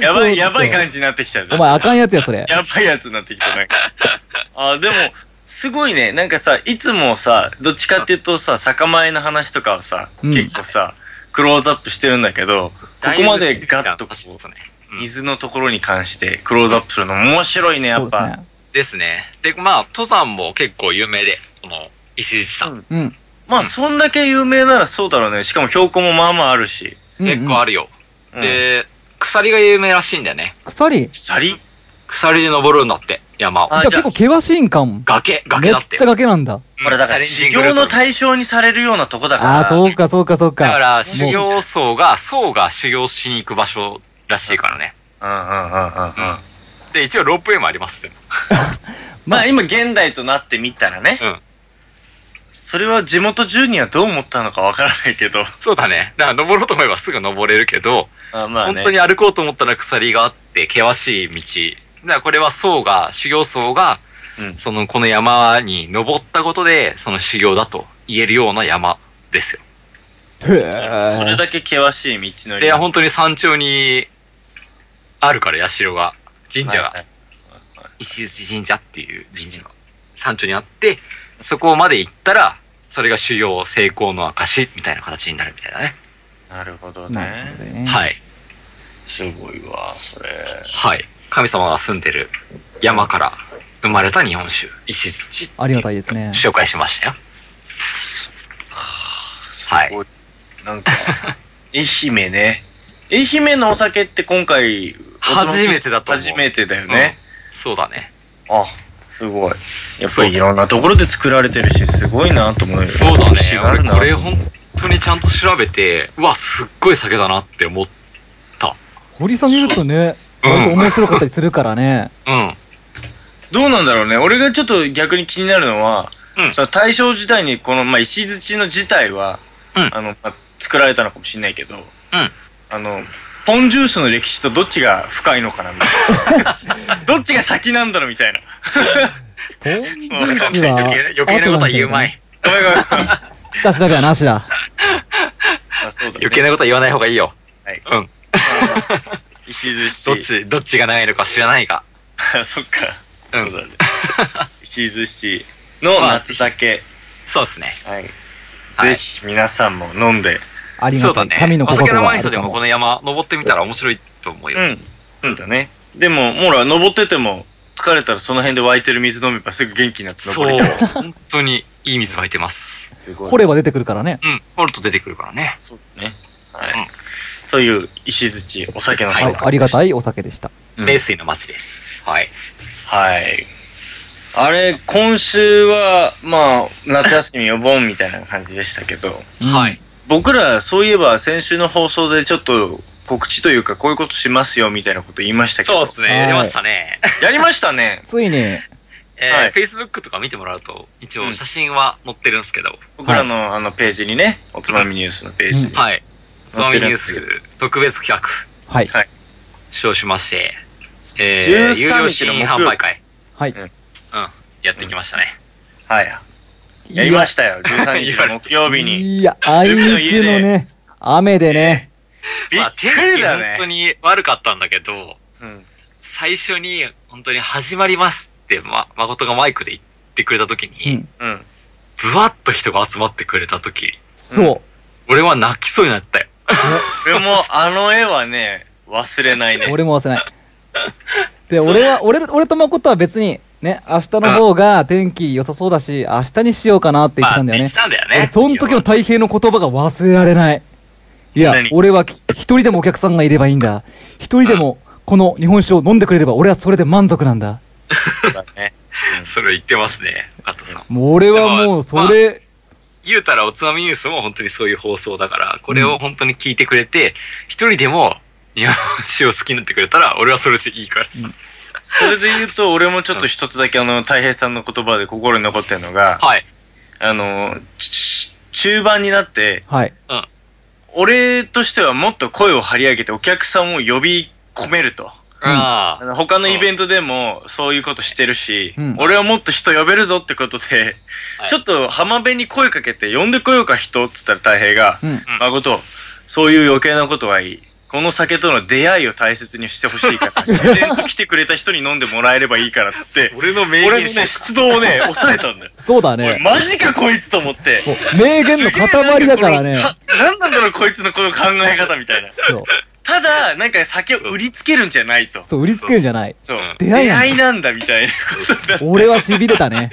Speaker 5: やば
Speaker 4: そ
Speaker 5: い、
Speaker 4: う
Speaker 5: やばい感じになってきた
Speaker 4: お前あかんやつや、それ。
Speaker 5: やばいやつになってき *laughs* た、なんか。あ、でも、すごいね。なんかさ、いつもさ、どっちかっていうとさ、酒米の話とかをさ、
Speaker 4: うん
Speaker 5: 結構さ、クローズアップしてるんだけど、ここまでガッとこ
Speaker 3: だいぶ好きな話です
Speaker 5: う、
Speaker 3: ね
Speaker 5: 水のところに関してクローズアップするの面白いね、や
Speaker 4: そう
Speaker 5: っ
Speaker 4: です
Speaker 5: ぱ。
Speaker 4: ね。
Speaker 3: ですね。で、まあ、登山も結構有名で、この、石地さん。
Speaker 4: うん。
Speaker 5: まあ、そんだけ有名ならそうだろうね。しかも標高もまあまああるし。
Speaker 3: 結構あ
Speaker 4: る。
Speaker 3: るよ。
Speaker 5: うん、
Speaker 3: で、鎖が有名らしいんだよね。
Speaker 4: 鎖
Speaker 5: 鎖
Speaker 3: 鎖で登るんだって、山を
Speaker 5: あ。
Speaker 4: じゃあ結構険しいんかも。
Speaker 3: 崖、
Speaker 4: め
Speaker 3: 崖
Speaker 4: っ
Speaker 3: だって
Speaker 4: ちゃ。崖なんだ。
Speaker 5: ほら、だから、
Speaker 3: チャレンジ
Speaker 5: 修
Speaker 3: ング
Speaker 5: 行の
Speaker 3: ルート
Speaker 5: 対象にされるようなとこだから。
Speaker 4: ああ、そうか、そうか、そうか。
Speaker 3: だから、
Speaker 4: もう
Speaker 3: 修行僧が、僧が修行しに行く場所らしいからね。
Speaker 5: うんうんうんうんうん。
Speaker 3: で、一応ロープウェイもありますよ。
Speaker 5: まあ、今、現代となってみたらね。
Speaker 3: うん
Speaker 5: それは地元住人はどう思ったのかわからないけど。
Speaker 3: そうだね。だから登ろうと思えばすぐ登れるけど、
Speaker 5: あまあね。
Speaker 3: 本当に歩こうと思ったら鎖があって、険しい道。だからこれは僧が、修行僧が、
Speaker 5: うん
Speaker 3: その、この山に登ったことで、その修行だと言えるような山ですよ。
Speaker 4: へ
Speaker 5: それ
Speaker 4: え。
Speaker 5: だけ険しい道のり。
Speaker 3: で、本当に山頂に、あるから、社が、神社
Speaker 5: は
Speaker 3: が
Speaker 5: い、
Speaker 3: 石槌神社っていう神社が、山頂にあって、そこまで行ったら、それが修行成功の証、みたいな形になるみたいなね。
Speaker 5: なるほど
Speaker 4: なるほど
Speaker 5: ね。
Speaker 4: ね。い。
Speaker 3: はい。
Speaker 5: すごいわ、それ。
Speaker 3: はい。神様が住んでる山から生まれた日本酒、石槌。
Speaker 4: ありがたいですね。
Speaker 3: 紹介しましたよ。はい。
Speaker 5: い。なんか、愛媛ね。愛媛のお酒って今回、
Speaker 3: 初めてだと思う
Speaker 5: 初めてだよね。
Speaker 3: そうだね。
Speaker 5: あ、すごい。やっぱりいろんなところで作られてるし、すごいなと思うよ。
Speaker 3: そうだね。
Speaker 5: ある
Speaker 3: 俺
Speaker 5: な
Speaker 3: これ本当にちゃんと調べて、うわ、すっごい酒だなって思っ
Speaker 4: 掘り下げるとね、
Speaker 3: うん
Speaker 4: 割と面白かったりするからね。
Speaker 3: うん。
Speaker 5: どうなんだろうね。俺がちょっと逆に気になるのは、
Speaker 3: うん
Speaker 5: その大正時代にこの、まあ、石槌の自体は、
Speaker 3: うん
Speaker 5: あの、まあ作られたのかもしれないけど、
Speaker 3: うん
Speaker 5: あの、ポンジュースの歴史とどっちが深いのかなみたい
Speaker 3: *laughs*
Speaker 5: な。どっちが先なんだろうみたいな。
Speaker 4: ポンジュ
Speaker 5: わ
Speaker 4: ー
Speaker 5: か
Speaker 4: スは。
Speaker 3: 余計なことは言うまい。
Speaker 5: ごめんごめん。
Speaker 3: *laughs*
Speaker 5: あ
Speaker 4: 後なんだけどね。浸しだけはなしだ。
Speaker 5: そうだね
Speaker 3: 余計なことは言わない方がいいよ。
Speaker 5: はい
Speaker 3: うん。
Speaker 5: 石
Speaker 3: *laughs*
Speaker 5: 槌。
Speaker 3: どっち、どっちが長いのか知らないが。
Speaker 5: あ *laughs* そっか。
Speaker 3: う
Speaker 5: そうだ *laughs*
Speaker 3: ん。
Speaker 5: ね。石槌の夏酒。
Speaker 3: そうですね。
Speaker 5: はい。
Speaker 3: はい
Speaker 5: ぜひ皆さんも飲んで。
Speaker 4: あり
Speaker 3: そ
Speaker 4: が
Speaker 3: う
Speaker 4: た
Speaker 3: だ
Speaker 4: い。
Speaker 3: ね。
Speaker 4: 神の
Speaker 3: お
Speaker 4: 心
Speaker 3: 酒の
Speaker 4: が
Speaker 3: 前
Speaker 4: あ
Speaker 3: の人
Speaker 4: る
Speaker 3: で
Speaker 4: か
Speaker 3: もこ
Speaker 4: も。
Speaker 3: の山登ってみたら面白いと思うよ。
Speaker 5: うん。そうだね。でも、ほら、登ってても、疲れたらその辺で湧いてる水飲めばすぐ元気になって
Speaker 3: そ
Speaker 5: 登
Speaker 3: う
Speaker 5: れちゃ。
Speaker 3: 本当にいい水湧いてます。
Speaker 5: う。すご
Speaker 4: 掘れば出てくるからね。
Speaker 3: うん。掘ると出てくるからね。
Speaker 5: そうだね。はい。
Speaker 3: うん
Speaker 5: という、石槌、お酒の
Speaker 3: は
Speaker 5: 紹
Speaker 3: い
Speaker 4: は
Speaker 5: 介、
Speaker 4: い。ありがたいお酒でした。
Speaker 5: うん
Speaker 3: 名水の町です。はい。
Speaker 5: はい。あれ、今週は、まあ、夏休みお盆みたいな感じでしたけど、
Speaker 4: うん
Speaker 3: はい。
Speaker 5: 僕ら、そういえば先週の放送でちょっと告知というか、こういうことしますよみたいなこと言いましたけ
Speaker 3: そう
Speaker 5: ど、
Speaker 3: ですね。出
Speaker 4: はい
Speaker 3: ましたね。
Speaker 5: やりましたね。
Speaker 4: ついに、
Speaker 3: えー
Speaker 5: はい
Speaker 3: Facebook とか見てもらうと、一応写真は載ってるんですけど、
Speaker 5: 僕らの、あのページにね、おつまみニュースのページに。
Speaker 4: うん
Speaker 3: はい。つまみニュー
Speaker 5: 載ってる
Speaker 3: ス特別企画、
Speaker 4: はい。
Speaker 5: はい
Speaker 3: 称しまして、えー、有料
Speaker 5: 13日
Speaker 3: 新
Speaker 5: の木曜日
Speaker 3: 販売会、
Speaker 4: はい。
Speaker 3: うん、やってきましたね。
Speaker 5: はい。やりましたたよ。13日の木曜日に。
Speaker 4: いや、あいにくのね、雨でね、
Speaker 5: びっ
Speaker 3: まあ、
Speaker 5: く
Speaker 3: 天
Speaker 5: り
Speaker 3: 気
Speaker 5: だ
Speaker 3: 本当
Speaker 5: ね。
Speaker 3: に悪かったんだけど、
Speaker 5: うん
Speaker 3: 最初に本当に始まりますって、ま、誠がマイクで言ってくれた時
Speaker 4: う
Speaker 3: に、
Speaker 4: ん、
Speaker 5: うん。
Speaker 3: ぶわっと人が集まってくれた時、
Speaker 4: そう。
Speaker 3: 俺は泣きそうになったよ。
Speaker 5: 俺も、あの絵はね、忘れないね。
Speaker 4: 俺も忘れない。で、俺は、俺、俺と誠は別に、ね、明日の方が天気良さそうだし、明日にしようかなって言ってたんだよ
Speaker 3: まあ言
Speaker 4: ね
Speaker 3: って。たんだよね。
Speaker 4: 俺、その時の太平の言葉が忘れられない。いや
Speaker 5: 何、
Speaker 4: 俺はき一人でもお客さんがいればいいんだ。一人でも、この日本酒を飲んでくれれば、俺はそれで満足なんだ。
Speaker 5: そうだね。
Speaker 3: それ言ってますね、加藤さん。
Speaker 4: もう俺はもう、それ、
Speaker 3: 言うたらおつまみニュースも本当にそういう放送だから、これを本当に聞いてくれて、一人でも日本酒を好きになってくれたら、俺はそれでいいからさ。
Speaker 5: それで言うと、俺もちょっと一つだけあの、たい平さんの言葉で心に残ってるのが、
Speaker 3: はい。
Speaker 5: あの、ち中盤になって、
Speaker 4: はい。
Speaker 5: 俺としてはもっと声を張り上げてお客さんを呼び込めると。
Speaker 3: あ
Speaker 5: あの他のイベントでもそういうことしてるし、
Speaker 4: うん
Speaker 5: 俺はもっと人呼べるぞってことで、
Speaker 3: はい
Speaker 5: ちょっと浜辺に声かけて呼んでこようか人って言ったら大平が、
Speaker 4: うん。
Speaker 5: 誠、そういう余計なことはいい。この酒との出会いを大切にしてほしいから、自然と来てくれた人に飲んでもらえればいいからっつって
Speaker 3: あ。、俺の名言
Speaker 5: 俺のね、出動をね、抑えたんだよ。
Speaker 4: そうだ
Speaker 5: おい、
Speaker 4: ね。
Speaker 5: マジかこいつと思って。
Speaker 4: もう名言の塊だからね。
Speaker 5: なんなんだろう、こいつのこの考え方みたいな。
Speaker 4: そう。
Speaker 5: ただ、なんか酒を売りつけるんじゃないと。
Speaker 4: そう、売りつけるんじゃない。
Speaker 5: そう。
Speaker 4: 出
Speaker 5: 出
Speaker 4: 会
Speaker 5: 会
Speaker 4: い
Speaker 5: い
Speaker 4: なんだ
Speaker 5: なんだみたいな *laughs* ことだ。も
Speaker 4: 俺は痺れたね。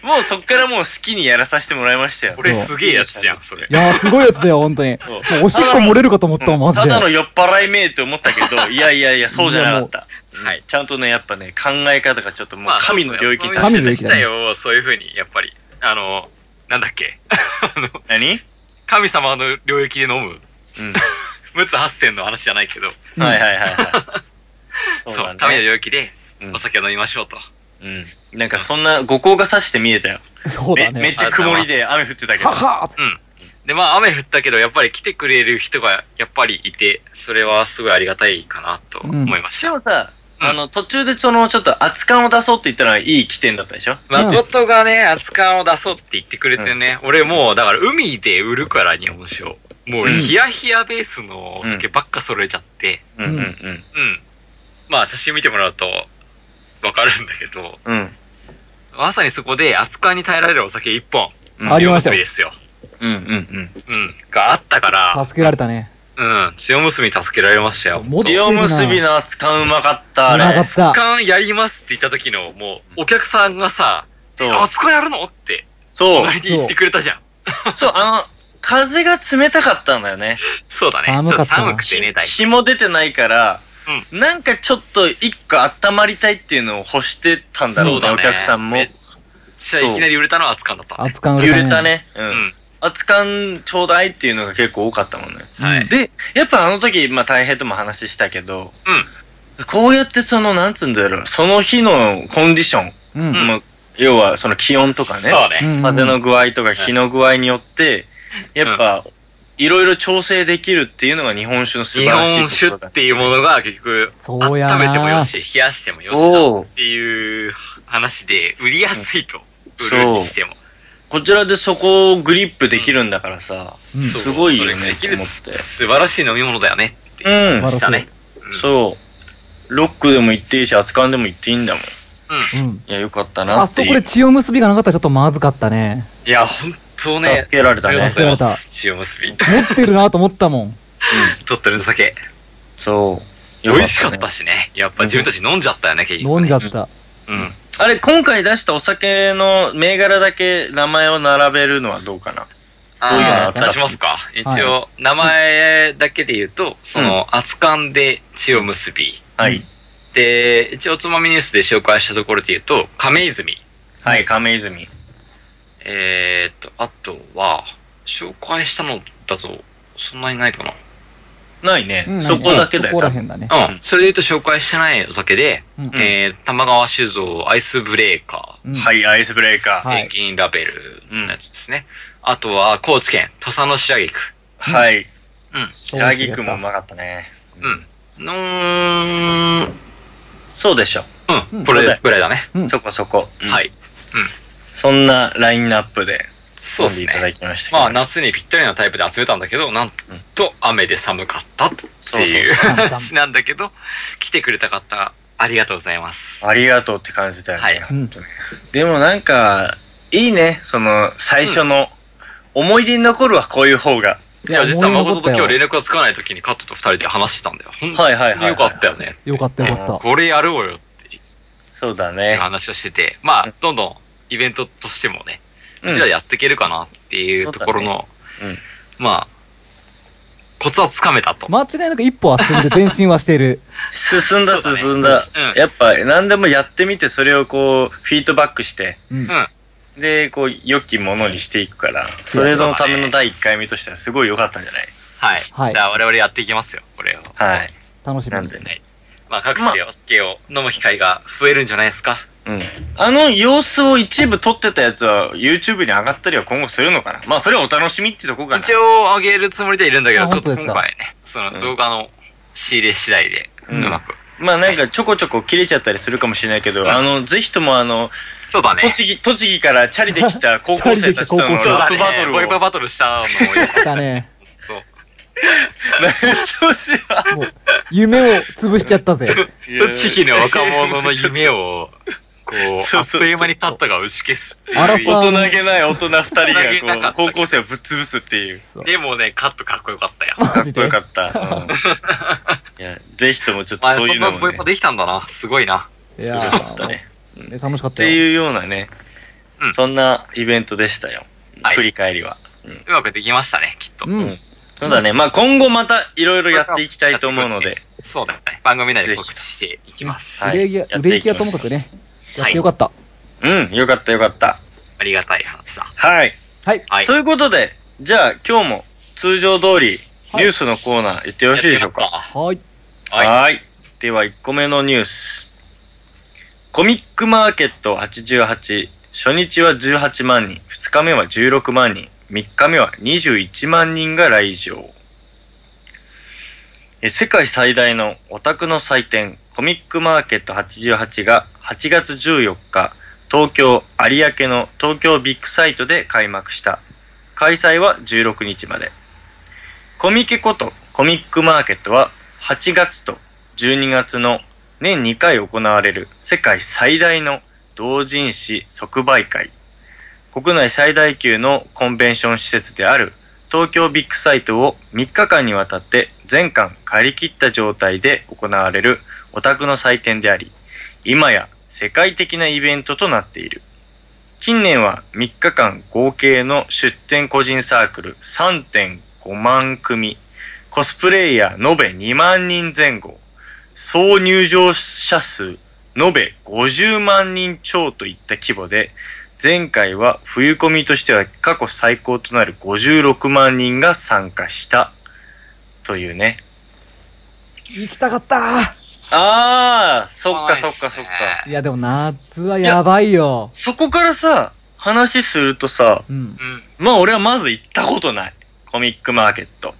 Speaker 5: う、もうそっからもう好きにやらさせてもらいましたよ。
Speaker 3: 俺すげえやつじゃん、それ
Speaker 4: い。やー、すごいやつだよ、本当に。
Speaker 5: そう
Speaker 4: もうおしっこ漏れるかと思った
Speaker 5: う
Speaker 4: もん、
Speaker 5: ん
Speaker 4: マジ
Speaker 5: た
Speaker 4: で。
Speaker 5: だの酔っ払いめえって思ったけ
Speaker 4: *laughs*
Speaker 5: ど、いやいやいや、そうじゃなかった。
Speaker 3: はい。
Speaker 5: ちゃんとね、やっぱね、考え方がちょっともう神の領域に
Speaker 3: に
Speaker 5: 達
Speaker 4: まあ
Speaker 5: し
Speaker 4: 神
Speaker 5: て
Speaker 4: の領域だ
Speaker 3: た
Speaker 4: ね
Speaker 3: よ、そういうふうに、やっぱり。あの、なんだっけ。 *laughs* あの、
Speaker 5: 何
Speaker 3: 神様の領域で飲む、
Speaker 5: うん。
Speaker 3: 陸奥八仙の話じゃないけど、
Speaker 4: うん
Speaker 5: はいはいはいはい。
Speaker 4: *laughs*
Speaker 3: そう、
Speaker 5: だね
Speaker 3: 神の領域で
Speaker 5: うん
Speaker 3: お酒を飲みましょうと。
Speaker 5: うん。なんかそんな、五光が差して見えたよ。
Speaker 4: そうだ
Speaker 5: めめっ
Speaker 4: ね。
Speaker 5: ちゃ曇りで雨降ってたけど
Speaker 4: は。はー
Speaker 3: うん。で、まあ、雨降ったけど、やっぱり来てくれる人が、やっぱりいて、それはすごいありがたいかなと思いまし
Speaker 5: で
Speaker 3: た。
Speaker 5: もさ、
Speaker 3: うん
Speaker 5: あの、途中でその、ちょっと熱感を出そうって言ったのはいい起点だったでしょ
Speaker 3: まあ、トがね、熱燗を出そうって言ってくれてね、俺もう、だから海で売るから日本酒を。もう、
Speaker 5: うん
Speaker 3: ヒヤヒヤベースのお酒ばっか揃えちゃって、
Speaker 5: うんうんうん。
Speaker 3: うん。まあ、写真見てもらうと、わかるんだけど、
Speaker 5: うん。
Speaker 3: まさにそこで熱燗に耐えられるお酒一本。
Speaker 5: うん
Speaker 4: ありました
Speaker 3: 塩結び
Speaker 4: よ
Speaker 3: ですよ。
Speaker 5: うんうん
Speaker 3: うん。があったから、
Speaker 4: 助けられたね。
Speaker 3: うん。塩結びに助けられましたよ。
Speaker 5: うん。塩結び
Speaker 4: な。
Speaker 5: の熱感うまかった、あ
Speaker 4: うまか
Speaker 5: れ
Speaker 4: っ。た。
Speaker 3: 缶やりますって言った時の、もう、お客さんがさ、
Speaker 5: そう
Speaker 3: あ、そこやるのって、
Speaker 5: そう。
Speaker 3: 隣に言ってくれたじゃん。
Speaker 5: *laughs* そう、あの、風が冷たかったんだよね。
Speaker 3: そうだね。
Speaker 4: 寒かったな
Speaker 3: ちょと寒くてね、大体。
Speaker 5: 日も出てないから、なんかちょっと一個温まりたいっていうのを欲してたんだろうね、お客さんも
Speaker 3: め。っちゃいきなり売れたのは熱燗だった。
Speaker 4: 熱感
Speaker 5: 揺
Speaker 4: 売れたね。
Speaker 5: れた。ね。う。
Speaker 3: うんん。
Speaker 5: 熱感ちょうだいっていうのが結構多かったもんね。
Speaker 3: は
Speaker 4: うん
Speaker 3: い。
Speaker 5: で、やっぱあの時、まあ大平とも話したけど、
Speaker 3: うん。
Speaker 5: こうやってその、なんつうんだろう、その日のコンディション、
Speaker 4: うん。
Speaker 5: まあ要はその気温とかね、
Speaker 3: そう
Speaker 4: う
Speaker 3: ね。
Speaker 4: ん
Speaker 5: 風の具合とか日の具合によって、やっぱ、いろいろ調整できるっていうのが日本酒の素晴
Speaker 3: 日
Speaker 5: らし
Speaker 3: 本
Speaker 5: いとこ
Speaker 3: 酒
Speaker 5: ろ
Speaker 3: っ
Speaker 5: だ。
Speaker 3: ていうものが結局、
Speaker 4: そうやな
Speaker 3: 温めてもよし、冷やしてもよしだっていう話で、売りやすいと。
Speaker 5: うん
Speaker 3: 売るにしても。
Speaker 5: こちらでそこをグリップできるんだからさ、
Speaker 4: うん
Speaker 3: そう
Speaker 5: すごいよ
Speaker 3: それ
Speaker 5: ね
Speaker 3: がで、き
Speaker 5: と
Speaker 3: る
Speaker 5: 思って。
Speaker 3: 素晴らしい飲み物だよね。
Speaker 5: う
Speaker 4: 晴
Speaker 5: ん
Speaker 4: らしい
Speaker 3: したね。うん
Speaker 5: そう。ロックでも行っていいし、熱燗でも行っていいんだもん。
Speaker 3: うん。
Speaker 4: うん。
Speaker 5: いや、よかったな
Speaker 4: あ
Speaker 5: って
Speaker 4: そ
Speaker 5: いう。
Speaker 4: こで血を結びがなかったらちょっとまずかったね。
Speaker 3: いや、本当ね。
Speaker 5: 助けられた
Speaker 3: ありが
Speaker 5: ね
Speaker 3: と。うございます。塩結び。
Speaker 4: 持ってるなと思ったも
Speaker 5: *laughs*
Speaker 4: ん。
Speaker 3: 鳥取の酒。
Speaker 5: そう。
Speaker 3: 美
Speaker 5: よね
Speaker 3: 味しかったしね。やっぱ自分たち飲んじゃったよね、結局ね。
Speaker 4: 飲んじゃった。
Speaker 3: うん。
Speaker 5: あれ、今回出したお酒の銘柄だけ名前を並べるのはどうかな
Speaker 3: ああ、
Speaker 5: どういうの
Speaker 3: 出しますか。一応、名前だけで言うと、その、熱燗で塩結び。
Speaker 5: はい。
Speaker 3: で、一応、おつまみニュースで紹介したところで言うと、亀泉。
Speaker 5: はい、亀泉。
Speaker 3: えーっと、あとは、紹介したのだと、そんなにないかな。
Speaker 5: ないね、
Speaker 4: うん
Speaker 5: そこだけだ
Speaker 4: そ
Speaker 5: よ
Speaker 4: こら
Speaker 5: 多分
Speaker 4: 辺だね。
Speaker 5: ん
Speaker 3: うん。それで言うと紹介してないお酒で、
Speaker 4: うん
Speaker 3: えー、玉川酒造アイスブレーカ
Speaker 4: うん
Speaker 5: はいアイスブレーカー
Speaker 4: は
Speaker 5: はい
Speaker 3: ー、ペンギンラベルのやつですね。あとは、高知県、土佐の白菊。
Speaker 5: い、
Speaker 3: うん。
Speaker 5: 白菊もうまかったね
Speaker 3: うん。のーん、
Speaker 5: そうでしょ、
Speaker 3: うん、これぐらいだね。
Speaker 4: うん
Speaker 5: そこそこ、うん
Speaker 3: はい。
Speaker 5: そんなラインナップで
Speaker 3: そうで
Speaker 5: 飲
Speaker 3: す
Speaker 5: んでいただ
Speaker 3: ね。
Speaker 5: きましたけど
Speaker 3: まあ、夏にぴったりなタイプで集めたんだけど、なんと雨で寒かったっていう
Speaker 5: そう
Speaker 4: そうそう
Speaker 3: 話なんだけど、来てくれた方、ありがとうございます。
Speaker 5: ありがとうって感じだよね、
Speaker 3: はい
Speaker 4: うん
Speaker 5: でもなんかいいねその最初の、思い出に残るわこういう方が
Speaker 3: いや、実は
Speaker 4: 思い
Speaker 3: 誠
Speaker 4: 残
Speaker 3: と
Speaker 4: った
Speaker 3: 今
Speaker 4: よ
Speaker 3: 日連絡がつかない時にカットと二人で話してたんだよ。本
Speaker 5: はいはいはい
Speaker 3: 当によかったよね。
Speaker 4: よかったよかっ
Speaker 3: これやろうよってい
Speaker 5: そうだ
Speaker 3: う
Speaker 5: ね
Speaker 3: 話をしてて、まあ、どんどんイベントとしてもね、
Speaker 5: うん
Speaker 3: うちらでやっていけるかなっていうところの、
Speaker 5: そうだね
Speaker 3: まあ、コツはつかめたと
Speaker 4: た。。間違いなく一歩は進んで前進はしている。
Speaker 5: 進んだ
Speaker 3: そうだね
Speaker 5: 進んだ
Speaker 3: うん
Speaker 5: やっぱ何でもやってみてそれをこうフィードバックして
Speaker 4: うん
Speaker 3: う。ん。
Speaker 5: でこう良きものにしていくから
Speaker 4: そ
Speaker 5: そうれのための第1回目としてはすごい良かったんじゃない
Speaker 3: はい。
Speaker 4: はい
Speaker 3: じゃあ我々やっていきますよ、これを。
Speaker 5: はい
Speaker 4: 楽しみ
Speaker 5: なん
Speaker 4: に
Speaker 5: で。ね
Speaker 3: まあ、各地でお酒を飲む機会が増えるんじゃないですか。
Speaker 5: うんあの様子を一部撮ってたやつは YouTube に上がったりは今後するのかなまあそれはお楽しみってとこかな
Speaker 3: 一応上げるつもりでいるんだけど、
Speaker 4: あ
Speaker 3: ちょっと
Speaker 4: 本当です
Speaker 3: 今
Speaker 4: か
Speaker 3: 回ね、その動画の仕入れ次第で、う
Speaker 5: うん
Speaker 3: まく。
Speaker 5: まあなんかちょこちょこ切れちゃったりするかもしれないけど、
Speaker 3: うん
Speaker 5: あのぜひともあの
Speaker 3: そうだね。
Speaker 5: 栃木栃木からチャリで来た高校生たちとの
Speaker 4: チャリで来た高校生
Speaker 3: そう
Speaker 5: ラ
Speaker 3: だ
Speaker 5: ッ
Speaker 3: ね
Speaker 5: プバトルを
Speaker 3: ボイパバトルしたのもいい。
Speaker 4: 来たね。
Speaker 5: どうしよ
Speaker 4: もう、夢を潰しちゃったぜ。
Speaker 5: う
Speaker 3: 栃木の若者の夢を、こう、
Speaker 5: そ
Speaker 3: あ
Speaker 5: う
Speaker 3: っ
Speaker 5: そ
Speaker 3: と
Speaker 5: うそう
Speaker 3: いう間に立ったが打ち消す。
Speaker 4: あら
Speaker 5: 大
Speaker 4: さ
Speaker 5: 人げない大人
Speaker 3: 大人
Speaker 5: 二
Speaker 3: げな
Speaker 5: 人
Speaker 3: か
Speaker 5: が
Speaker 3: った
Speaker 5: こう高校生をぶっ潰すっていう
Speaker 4: そう
Speaker 3: でもね、カットかっこよかったよ。
Speaker 5: か
Speaker 4: マ
Speaker 5: っ
Speaker 4: ジ
Speaker 5: こ
Speaker 4: で
Speaker 5: よかった、
Speaker 3: *laughs*
Speaker 5: うんいやぜひともちょっと
Speaker 3: まあ、
Speaker 5: そ
Speaker 3: そう
Speaker 5: い
Speaker 3: ん
Speaker 5: う
Speaker 3: な
Speaker 5: のも
Speaker 3: ボイ
Speaker 5: ね
Speaker 3: パできたんだな。すごいな。
Speaker 4: い
Speaker 5: すご
Speaker 4: や
Speaker 5: かっ
Speaker 4: ー
Speaker 5: たね
Speaker 4: もうね楽しかっ
Speaker 5: った
Speaker 4: よ。
Speaker 5: ていうようなね、
Speaker 3: うん
Speaker 5: そんなイベントでしたよ、
Speaker 3: はい
Speaker 5: 振り返りは
Speaker 3: うまくできましたね、きっと。
Speaker 4: うん。
Speaker 5: そうだね、まあ今後またいろいろやっていきたいと思うので
Speaker 3: そうだね。番組内で告知していきます。
Speaker 5: は
Speaker 4: 売
Speaker 5: い
Speaker 4: れ行きは、
Speaker 5: やっ
Speaker 4: 売
Speaker 5: て
Speaker 4: れ
Speaker 5: い
Speaker 4: 行
Speaker 5: き
Speaker 4: き
Speaker 5: ま
Speaker 4: はとも
Speaker 5: しょう
Speaker 4: かくね。
Speaker 3: は
Speaker 4: や
Speaker 3: い
Speaker 4: ってよかった。
Speaker 5: うんよかったよかった
Speaker 3: ありがたい話だ。
Speaker 5: はい
Speaker 4: はい。
Speaker 3: はい。
Speaker 5: ということで、じゃあ今日も通常通りニュースのコーナー行ってよろしいでしょうか。
Speaker 4: はい。
Speaker 5: は
Speaker 3: はいい。
Speaker 5: では1個目のニュース。コミックマーケット88、初日は18万人、2日目は16万人、3日目は21万人が来場。え世界最大のオタクの祭典、コミックマーケット88が8月14日、東京有明の東京ビッグサイトで開幕した。開催は16日まで。コミケことコミックマーケットは8月と12月の年2回行われる世界最大の同人誌即売会。国内最大級のコンベンション施設である東京ビッグサイトを3日間にわたって全館借り切った状態で行われるオタクの祭典であり、今や世界的なイベントとなっている。近年は3日間合計の出展個人サークル3.5万組、コスプレイヤー延べ2万人前後、総入場者数延べ50万人超といった規模で、前回は冬コミとしては過去最高となる56万人が参加したというね。
Speaker 4: 行きたかった
Speaker 5: ああ、そっかそっ
Speaker 3: そう
Speaker 5: か
Speaker 3: です
Speaker 5: そっ
Speaker 3: ね
Speaker 5: か。
Speaker 4: いや、でも夏はやばいよ。
Speaker 5: そこからさ、話するとさ、
Speaker 4: うん。
Speaker 3: うん。
Speaker 5: まあ俺はまず行ったことない。コミックマーケット。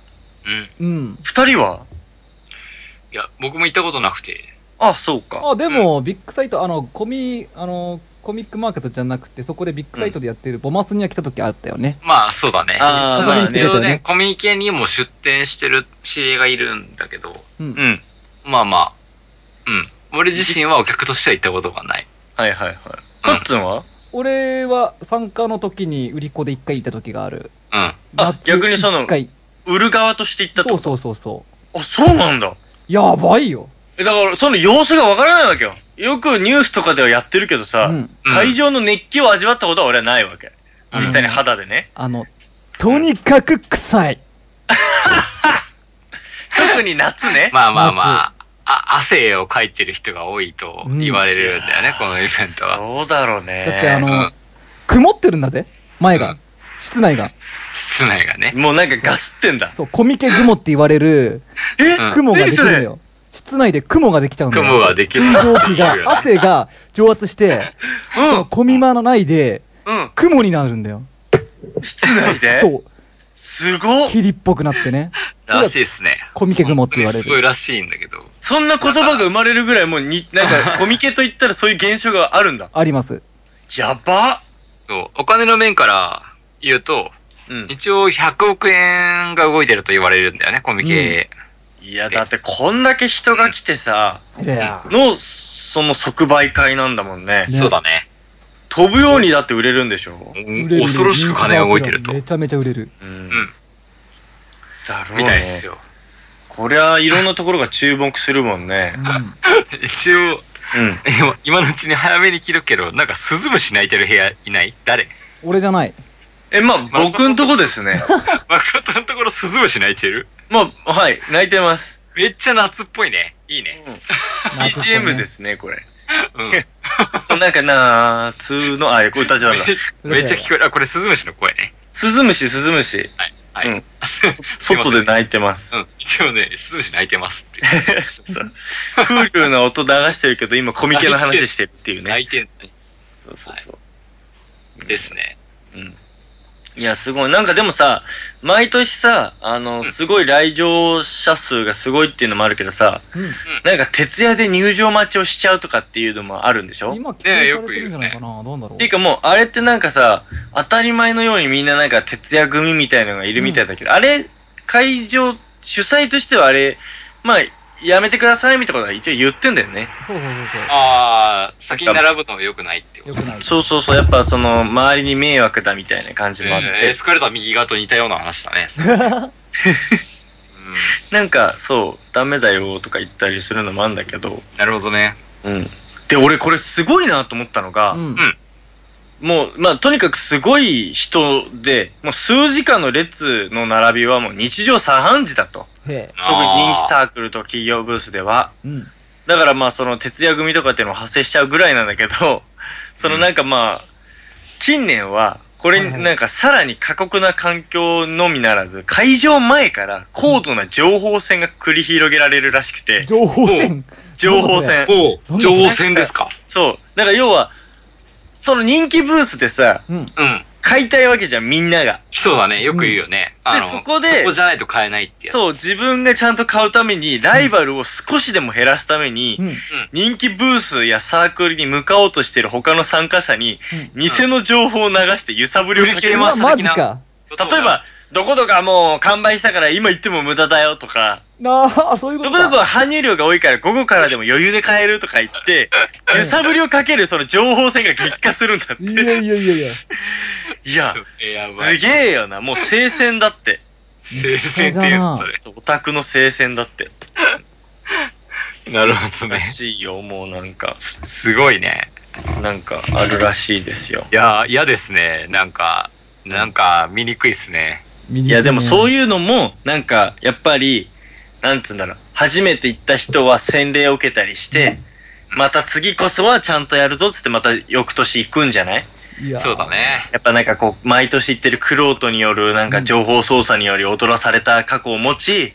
Speaker 3: うん。
Speaker 4: うん。
Speaker 5: 二人はい
Speaker 3: や、僕も行ったことなくて。
Speaker 5: あ、そうか。
Speaker 4: あ、でも、ビッグサイト、あの、コミ、あの、コミックマーケットじゃなくて、そこでビッグサイトでやってるボマスには来た時あったよね。
Speaker 3: まあ、そうだね。
Speaker 5: あー
Speaker 3: ま
Speaker 5: 遊びに来てくれ
Speaker 4: たよね
Speaker 3: 一応コミュニケにも出店してる知り合いがいるんだけど、
Speaker 4: うん
Speaker 5: う。ん。
Speaker 3: まあまあ、うん。俺自身はお客としては行ったことがない。
Speaker 5: はいはいはい。カッツンは
Speaker 4: 俺は参加の時に売り子で一回行った時がある。
Speaker 3: うん。
Speaker 5: あ逆にその
Speaker 4: 一回
Speaker 5: 売る側として行ったって
Speaker 4: そ
Speaker 5: こ
Speaker 4: う
Speaker 5: と
Speaker 4: そうそうそ
Speaker 5: あ、そうなんだ。
Speaker 4: う。やばいよ。
Speaker 5: え、だから、その様子がわからないわけよ。よくニュースとかではやってるけどさ、
Speaker 4: うん。
Speaker 5: 会場の熱気を味わったことは俺はないわけ。
Speaker 4: うん
Speaker 5: 実際に肌でね。
Speaker 4: あの、とにかく臭い。
Speaker 5: 特に夏 *laughs* ね。
Speaker 3: まあまあまあ、あ汗をかいてる人が多いと言われるんだよね、このイベントは。
Speaker 5: そうだろうね。
Speaker 4: だってあ
Speaker 3: う
Speaker 4: の
Speaker 3: ん、
Speaker 4: 曇ってるんだぜ。前
Speaker 3: う
Speaker 4: が
Speaker 3: ん。
Speaker 4: 室内が。
Speaker 3: 室内がね。
Speaker 5: もうなんかガスってんだ。
Speaker 4: そう、コミケ雲って言われる、
Speaker 5: え
Speaker 3: うん
Speaker 4: 雲ができるんだ
Speaker 5: 何それ
Speaker 4: よ。室内で雲ができちゃうんだよ。
Speaker 3: 雲ができる
Speaker 4: 水蒸気が、汗が蒸発
Speaker 5: *laughs*
Speaker 4: して、
Speaker 5: う
Speaker 4: そのコミマのないで、
Speaker 5: ん。うん。
Speaker 4: 雲になるんだよ。
Speaker 5: 室内
Speaker 4: *laughs*
Speaker 5: で
Speaker 4: そう、
Speaker 5: すごっ
Speaker 4: 霧っぽくなってね。それ
Speaker 3: ら
Speaker 4: が
Speaker 3: しいですね。
Speaker 4: コミケ雲って言われ
Speaker 3: 本当にすごい
Speaker 4: る。
Speaker 3: らしいんだけど。
Speaker 5: そんな言葉が生まれるぐらいもう *laughs* に、なんかコミケといったらそういう現象があるんだ。
Speaker 4: あります。
Speaker 5: やば
Speaker 3: そう。お金の面から言うと、
Speaker 5: うん。
Speaker 3: 一応100億円が動いてると言われるんだよね、コミケ。
Speaker 5: いや、だってこんだけ人が来てさ、
Speaker 4: いや
Speaker 5: の、その即売会なんだもんね。
Speaker 4: ね
Speaker 3: そうだね。
Speaker 5: 飛ぶようにだって売れるんでしょ
Speaker 4: ー売れる
Speaker 3: 恐ろしく金が動いてると。
Speaker 4: めちゃめちゃ売れる。
Speaker 5: う
Speaker 3: うん
Speaker 5: ん。だろう
Speaker 3: みたいで
Speaker 5: ね
Speaker 3: す。よ。
Speaker 5: こりゃ、いろんなところが注目するもんね。
Speaker 3: 一応、
Speaker 5: うん。
Speaker 3: 今今のうちに早めに聞いとくけど、なんかスズムシ鳴いてる部屋いない誰
Speaker 4: 俺
Speaker 3: *laughs*
Speaker 4: じゃない。。
Speaker 5: え、まあ、僕んとこですね。
Speaker 3: 誠のところスズムシ鳴いてる
Speaker 5: まあ、はい、泣いてます。
Speaker 3: めっちゃ夏っぽいね。いいね。
Speaker 5: BGM ですすね、これ。
Speaker 3: うん。
Speaker 5: なんかなー、つーの、あ、これ歌じゃダメ *laughs* だ。
Speaker 3: めっちゃ聞こえる。あ、これスズムシの声ね。
Speaker 5: スズムシ、スズムシ。
Speaker 3: はい。はい。
Speaker 5: *laughs* うん外で泣いてます。 *laughs*
Speaker 3: すいませんうん。一応ね、スズムシ鳴いてます *laughs* って。
Speaker 5: そう風流な音流してるけど、今コミケの話してるっていう
Speaker 3: 鳴
Speaker 5: ね。
Speaker 3: いてん
Speaker 5: そうそうそう。
Speaker 3: ですね。
Speaker 5: いや、すごい。なんかでもさ、毎年さ、あの、すごい来場者数がすごいっていうのもあるけどさ、
Speaker 4: うん
Speaker 5: なんか徹夜で入場待ちをしちゃうとかっていうのもあるんでしょ
Speaker 4: 今、規制されてるんじゃないかな。どうなんだろ
Speaker 5: っ
Speaker 4: う
Speaker 5: ていう。かもう、あれってなんかさ、当たり前のようにみんななんか徹夜組みたいのがいるみたいだけど、あれ、会場、主催としてはあれ、まあ、やめてくださいみたいなことは一応言ってんだよね。
Speaker 4: そうそうそう
Speaker 3: あー、先に並ぶのも良くないってこ
Speaker 4: そう。よ
Speaker 3: と。
Speaker 4: くない。
Speaker 5: そうそうそう、やっぱその、周りに迷惑だみたいな感じもあっ
Speaker 3: うんエ
Speaker 5: て
Speaker 3: ス、カレーター右側と似たような話だね。 *laughs* う
Speaker 5: なんかそう、ダメだよとか言ったりするのもあるんだけど、
Speaker 3: んなるほどね。
Speaker 5: うん。で、俺これすごいなと思ったのが、
Speaker 4: うん
Speaker 5: もう、まあ、とにかくすごい人で、もう数時間の列の並びはもう日常茶飯事だと。
Speaker 4: へえ。
Speaker 5: 特に人気サークルと企業ブースでは。
Speaker 4: うん。
Speaker 5: だからまあその徹夜組とかっていうのも発生しちゃうぐらいなんだけど、 *laughs* そのなんかまあ、近年は、これ
Speaker 4: はいはい
Speaker 5: になんかさらに過酷な環境のみならず、会場前から高度な情報戦が繰り広げられるらしくて、
Speaker 4: 情報戦。
Speaker 5: 情報戦。
Speaker 3: おお、
Speaker 4: どんな
Speaker 3: 情戦ですか。
Speaker 5: そう。だから要は、その人気ブースでさ、
Speaker 4: うん。
Speaker 3: うん。
Speaker 5: 買いたいわけじゃん、みんなが。
Speaker 3: そうだね。よく言うよね。あの
Speaker 5: そこで
Speaker 3: そこじゃないと買えないってやつ。
Speaker 5: そう、自分がちゃんと買うために、ライバルを少しでも減らすために、
Speaker 4: うん。
Speaker 5: 人気ブースやサークルに向かおうとしている他の参加者に、偽の情報を流して揺さぶりをかけ
Speaker 3: う
Speaker 5: ま
Speaker 3: わ
Speaker 5: す。
Speaker 4: マジか。
Speaker 3: 例
Speaker 5: 例えば、、どこどこはもう完売したから今行っても無駄だよとか、
Speaker 4: なあ、そういうこ
Speaker 5: ど
Speaker 4: と
Speaker 5: こどこ
Speaker 4: か。
Speaker 5: は搬入量が多いから午後からでも余裕で買えるとか言って、揺さぶりをかけるその情報戦が激化するんだっ
Speaker 4: いや
Speaker 5: て。
Speaker 4: いやいやいや。
Speaker 5: いや、
Speaker 3: えやば
Speaker 5: す
Speaker 3: い。
Speaker 5: げえよな。もう聖戦だって。
Speaker 3: *laughs* 聖戦っていうのそれ。
Speaker 5: そうオタクの聖戦だって。
Speaker 3: *laughs* なるほど
Speaker 5: ら
Speaker 3: ね。
Speaker 5: しいよ、もうなんか。
Speaker 3: すごいね。
Speaker 5: なんかあるらしいですよ。
Speaker 3: いやー、嫌ですね。なんか、なんか、見にくいっすね。
Speaker 4: い
Speaker 5: いやでもそう
Speaker 4: いう。
Speaker 5: いうのも、なんか、やっぱり、なんつうんだろう、初めて行った人は洗礼を受けたりして、また次こそはちゃんとやるぞっつってまた翌年行くんじゃない
Speaker 4: いや
Speaker 3: そうだ。ね。
Speaker 5: やっぱなんかこう、毎年行ってるクロートによるなんか情報操作により踊らされた過去を持ち、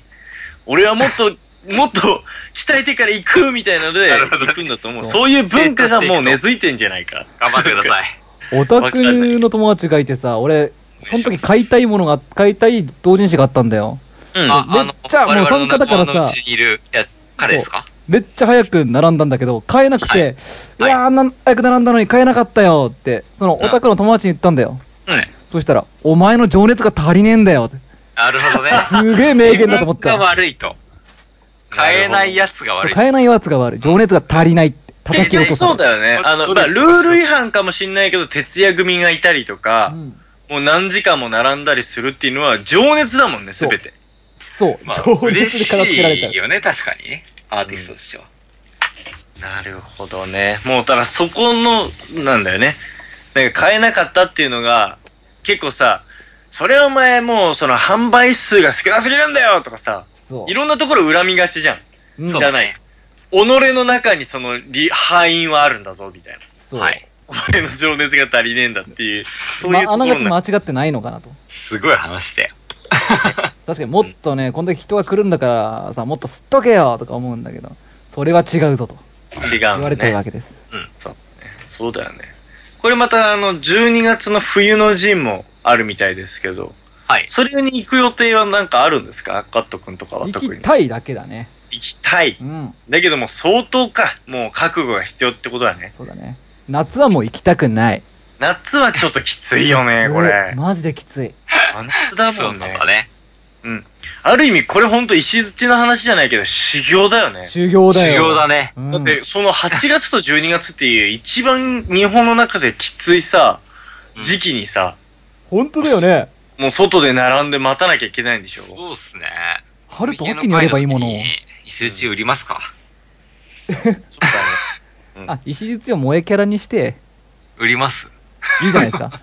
Speaker 5: 俺はもっと、
Speaker 3: *laughs*
Speaker 5: もっと鍛えてから行くみたいなので
Speaker 3: なるほどね
Speaker 5: 行くんだと思う。
Speaker 4: そう
Speaker 5: そういう文化がもう根付いてんじゃないか。
Speaker 3: 頑張ってください。
Speaker 4: オタクの友達がいてさ、俺、その時買いたいものが、買いたい同人誌があったんだよ。
Speaker 5: うん。
Speaker 3: あ
Speaker 4: めっちゃもう
Speaker 3: 我々の
Speaker 4: その方からさ
Speaker 3: 仲間のうちにいるやつ、彼ですか
Speaker 4: めっちゃ早く並んだんだけど、買えなくて、い
Speaker 3: はい
Speaker 4: やーあんな早く並んだのに買えなかったよって、そのオタクの友達に言ったんだよ。
Speaker 5: うん
Speaker 4: そしたら、お前の情熱が足りねえんだよって。
Speaker 3: なる
Speaker 4: *laughs*
Speaker 3: ほどね。
Speaker 4: すげえ名言だと思っ
Speaker 5: *laughs*
Speaker 3: 自分が
Speaker 4: た。
Speaker 3: 悪いと。買えないやつが
Speaker 4: そう
Speaker 3: 悪い。
Speaker 4: 買えないやつが悪い。情熱が足りないって。叩き落とさ
Speaker 5: そ
Speaker 4: れ
Speaker 5: うだよね。あの、まあ、ルール違反かもしんないけど、徹夜組がいたりとか、
Speaker 4: うん
Speaker 5: もう何時間も並んだりするっていうのは情熱だもんね、すべて。
Speaker 4: そう
Speaker 3: まあ、、
Speaker 4: 情熱で片付けられちゃう
Speaker 3: 嬉しい。よね、確かにね。アーティストとしては。
Speaker 5: なるほどね。もうだからそこの、なんだよね。なんか買えなかったっていうのが、結構さ、それお前もうその販売数が少なすぎるんだよとかさ、
Speaker 4: そう。
Speaker 5: いろんなところ恨みがちじゃん。
Speaker 4: うん
Speaker 5: じゃない。己の中にそのり敗因はあるんだぞ、みたいな。
Speaker 4: そう。
Speaker 3: はい。
Speaker 5: 俺の情熱が足りねえんだっていう、そう
Speaker 4: ま
Speaker 5: いうと
Speaker 4: あ、あな
Speaker 5: ころ
Speaker 4: がち
Speaker 5: な
Speaker 4: 間違ってないのかなと。
Speaker 3: すごい話だよ。
Speaker 4: 確かにもっとね、こんだけ人が来るんだからさ、もっと吸っとけよとか思うんだけど、それは違うぞと
Speaker 5: 違
Speaker 4: 言
Speaker 5: う
Speaker 4: わ
Speaker 5: の
Speaker 4: れちゃう
Speaker 5: ね
Speaker 4: わ。けです。
Speaker 5: うん、そうね。そうだよね。これまた、あの、12月の冬の陣もあるみたいですけど、
Speaker 3: はい。
Speaker 5: それに行く予定はなんかあるんですかカット君とかは
Speaker 4: 行
Speaker 5: 特に
Speaker 4: き。たいだけだね。
Speaker 5: 行きたい。
Speaker 4: うん、
Speaker 5: だけどもう相当か。もう覚悟が必要ってことだね。
Speaker 4: そうだね。夏はもう行きたくない。
Speaker 5: 夏はちょっときついよね、これ
Speaker 4: うん。マジできつい。
Speaker 5: 真夏だ
Speaker 3: そ
Speaker 5: も
Speaker 3: うんなん
Speaker 5: ね
Speaker 3: だ。ね。
Speaker 5: ある意味、これほんと石槌の話じゃないけど、修行だよね。
Speaker 4: 修行だ
Speaker 3: 修
Speaker 4: よ。
Speaker 3: 行だね。
Speaker 4: うん
Speaker 5: だって、その8月と12月っていう一番日本の中できついさ、時期にさ、
Speaker 4: 本当だよね。
Speaker 5: もう外で並んで待たなきゃいけないんでしょ
Speaker 3: そうっすね。
Speaker 4: 春と秋にやればいいものを
Speaker 3: 家。の前の時に石打ち売りますか
Speaker 5: そうだね。うん
Speaker 4: あ、石術を萌えキャラにして、
Speaker 3: 売り
Speaker 4: *laughs*
Speaker 3: ます
Speaker 4: いいじゃないです
Speaker 5: *laughs*
Speaker 4: か。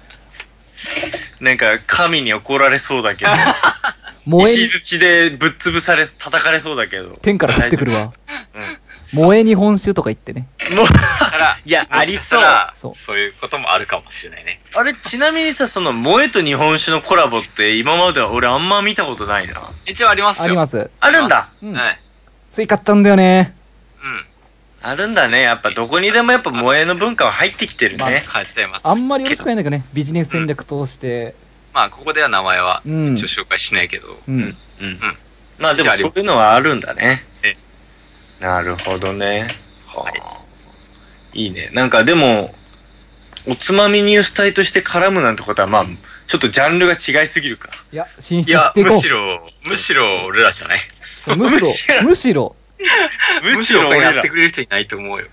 Speaker 5: なんか、神に怒られそうだけど、 *laughs*
Speaker 4: 萌えに
Speaker 5: 石、槌でぶっ潰され、叩かれそうだけど。
Speaker 4: 天から降ってくるわ。
Speaker 5: 大丈
Speaker 4: 萌え日本酒とか言ってね。
Speaker 5: 夫。うん。もう、
Speaker 3: から、
Speaker 5: いやありそう
Speaker 4: そ
Speaker 3: そうう。そういうこともあるかもしれないね。
Speaker 5: あれ、ちなみにさ、その、萌えと日本酒のコラボって、今までは俺あんま見たことないな。
Speaker 3: 一応ありますよ。。
Speaker 4: ありますす。
Speaker 5: あるんだ。
Speaker 4: うん
Speaker 3: はい。
Speaker 4: スイ買っちゃうんだよね。
Speaker 3: うん。
Speaker 5: あるんだね。やっぱ、どこにでもやっぱ萌えの文化は入ってきてる
Speaker 4: まあ
Speaker 5: ね。
Speaker 3: 変えちゃいます。
Speaker 4: あんまりよろしくないんだけどね。ビジネス戦略通して。
Speaker 3: まあ、ここでは名前は、
Speaker 4: うん
Speaker 3: 一応紹介しないけど、
Speaker 4: うん。
Speaker 5: うん。まあでもそういうのはあるんだね。
Speaker 3: え
Speaker 5: なるほどね。は
Speaker 3: はい
Speaker 5: あ、いいね。なんかでも、おつまみニュース隊として絡むなんてことは、まあ、ちょっとジャンルが違いすぎるか。
Speaker 4: いや、進
Speaker 3: い
Speaker 4: 出
Speaker 3: や
Speaker 4: し、ていこ
Speaker 3: む
Speaker 4: う
Speaker 3: し。ろ、むしろ俺らじゃない。
Speaker 4: そうむしろ
Speaker 5: *laughs* むし、ろ
Speaker 4: むしろ。
Speaker 5: むしろ
Speaker 3: これ
Speaker 5: 俺
Speaker 3: や
Speaker 5: ら
Speaker 3: ってくれる人いないと思うよ。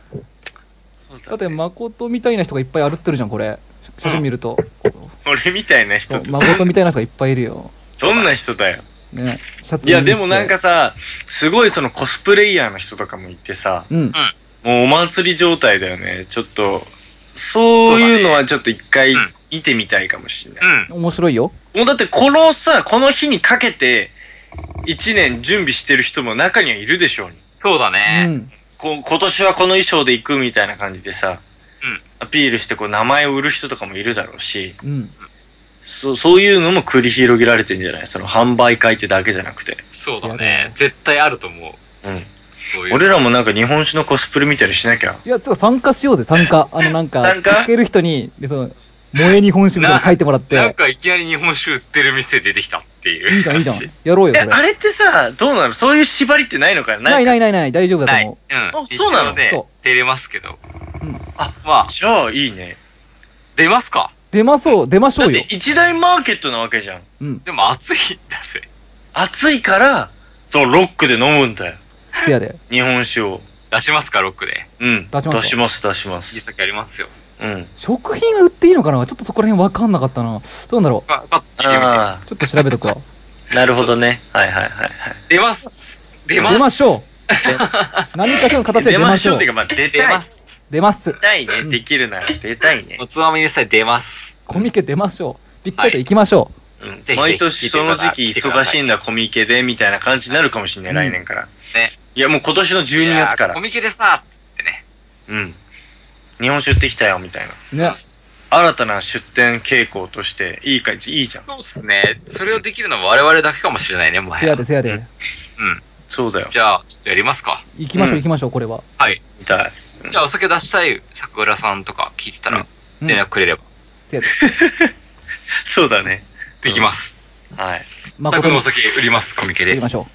Speaker 4: だって、誠みたいな人がいっぱい歩ってるじゃん、これ。写真見る
Speaker 5: *laughs*
Speaker 4: と。
Speaker 5: 俺みたいな
Speaker 4: そ
Speaker 5: 人
Speaker 4: う
Speaker 5: っ、て、
Speaker 4: 誠みたいな人がいっぱいいるよ。
Speaker 5: どんな人だよ。
Speaker 4: ね。シャツ
Speaker 5: いや、でもなんか
Speaker 4: 着
Speaker 5: さ、すごいそのコスプレイヤーの人とかもいてさ、
Speaker 4: て、うん。
Speaker 5: もうお祭り状態だよね。ちょっと、そういうのはちょっと一回
Speaker 3: そうだね
Speaker 5: 見てみたいかもしれない。
Speaker 3: うん。
Speaker 4: 面白いよ。
Speaker 5: もうだってこのさ、この日にかけて、一年準備してる人も中にはいるでしょうに。
Speaker 3: そうだ
Speaker 4: う
Speaker 3: ね。
Speaker 4: ん。
Speaker 5: こ今年はこの衣装で行くみたいな感じでさ、
Speaker 3: うん
Speaker 5: アピールしてこう名前を売る人とかもいるだろうし、
Speaker 4: うん。
Speaker 5: そそういうのも繰り広げられてんじゃないその販売会ってだけじゃなくて。
Speaker 3: そうだ
Speaker 4: いやだ
Speaker 3: ね。絶対あると思う。
Speaker 5: うん。
Speaker 3: そういう。
Speaker 5: 俺らもなんか日本酒のコスプレみたいにしなきゃ。
Speaker 4: いや、つうか参加しようぜ、参加。あの、なんか、
Speaker 5: 参加
Speaker 4: かける人に、で、その、萌え日本酒みたいなの書いてもらっ
Speaker 3: なん
Speaker 5: *laughs*
Speaker 4: て、
Speaker 3: かいきなり日本酒売ってる店出てきたっていう。
Speaker 4: いいじゃん、いいじゃん
Speaker 3: 感。
Speaker 4: やろうよ、
Speaker 5: え、
Speaker 4: それ。
Speaker 5: あれってさ、どうなのそういう縛りってないのかな
Speaker 4: ないないいないない、大丈夫だ
Speaker 3: な
Speaker 4: と
Speaker 3: い。う
Speaker 4: 思
Speaker 3: ん
Speaker 4: う。。
Speaker 5: そうなの
Speaker 3: 一応ね
Speaker 4: そ
Speaker 3: 出れますけど。
Speaker 4: うん
Speaker 5: あ、
Speaker 3: まあ、
Speaker 5: じゃあいいね。
Speaker 3: 出ますか。
Speaker 4: 出まそう、出まし
Speaker 5: だ
Speaker 4: ょ
Speaker 5: っ
Speaker 4: う
Speaker 5: て
Speaker 4: よ。
Speaker 5: 一大マーケットなわけじゃん。
Speaker 4: うん。
Speaker 3: でも暑いんだぜ。
Speaker 5: 暑いから、とロックで飲むんだよ。
Speaker 4: せやで。
Speaker 5: 日本酒を。
Speaker 3: 出しますか、ロックで。
Speaker 5: うん。
Speaker 4: 出しますか
Speaker 5: 出します、出します。
Speaker 3: 実績ありますよ。
Speaker 5: うん。
Speaker 4: 食品は売っていいのかなちょっとそこら辺わかんなかったな。どうなんだろ
Speaker 3: まあ、まあ聞いてみて
Speaker 5: あ
Speaker 4: う。ちょっと調べとくわ。
Speaker 5: あ、なるほどね。はいはいはいはい。
Speaker 3: 出ます。出
Speaker 4: 出
Speaker 3: ます。
Speaker 4: まし
Speaker 5: *laughs*
Speaker 4: ょう。何かしらの形で出ましょう
Speaker 5: ってい。うか、まあ、出
Speaker 3: 出
Speaker 5: たい
Speaker 3: ま。す。
Speaker 4: 出ます
Speaker 5: 出。たいね。できるなら出たいね
Speaker 3: お。つまみにさえ出ます。
Speaker 4: コミケ出ましょう。ビッグサイト行きましょ
Speaker 5: うん
Speaker 3: ぜひ
Speaker 5: 毎年その時期忙しいんだ、コミケで、みたいな感じになるかもしれない、
Speaker 4: うん
Speaker 5: 来年から。
Speaker 3: ね。
Speaker 5: いや、もう今年の12月か
Speaker 3: いやーコ
Speaker 5: ら。
Speaker 3: ミケでさ、つってね。
Speaker 5: うん。日本酒売ってきたよ、みたいな。
Speaker 4: う。ね。
Speaker 5: 新たな出店傾向として、いい感じ、いいじゃん。
Speaker 3: そうっすね。それをできるのは我々だけかもしれないね、もは
Speaker 4: せや
Speaker 3: や。
Speaker 4: でせやで。
Speaker 3: うん。
Speaker 5: そうだよ。
Speaker 3: じゃあ、ちょっとやりますか。
Speaker 4: 行きましょ
Speaker 5: う
Speaker 4: うん行きましょう、これは。
Speaker 3: はい。
Speaker 5: みたい。
Speaker 3: じゃあ、お酒出したい桜さんとか聞いてたら、
Speaker 4: うん
Speaker 3: 連絡くれれば。
Speaker 4: せやで。
Speaker 5: そうだね。
Speaker 3: できます。
Speaker 5: はい。
Speaker 3: たく
Speaker 4: 誠
Speaker 3: のお
Speaker 4: に、
Speaker 3: 酒売ります、コミケ
Speaker 4: 行
Speaker 3: で
Speaker 4: き。ましょ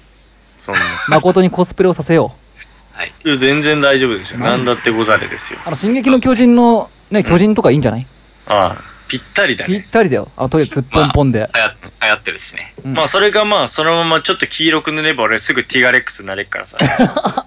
Speaker 5: そんな。
Speaker 4: う。誠にコスプレをさせよう。
Speaker 3: はい。
Speaker 5: いや全然大丈夫ですよ。なんだってござれですよ。
Speaker 4: あの、進撃の巨人の、ね、巨人とかいいんじゃない
Speaker 5: ああ、ぴったりだ
Speaker 4: ぴ
Speaker 5: ね
Speaker 4: っ。たりだよ。あの、とりあえずすっぽんぽんで。
Speaker 3: 流行流行ってるしね。
Speaker 4: うん
Speaker 5: まあ、それがまあ、そのままちょっと黄色く塗れば俺すぐティガレックスになれっから *laughs* さ。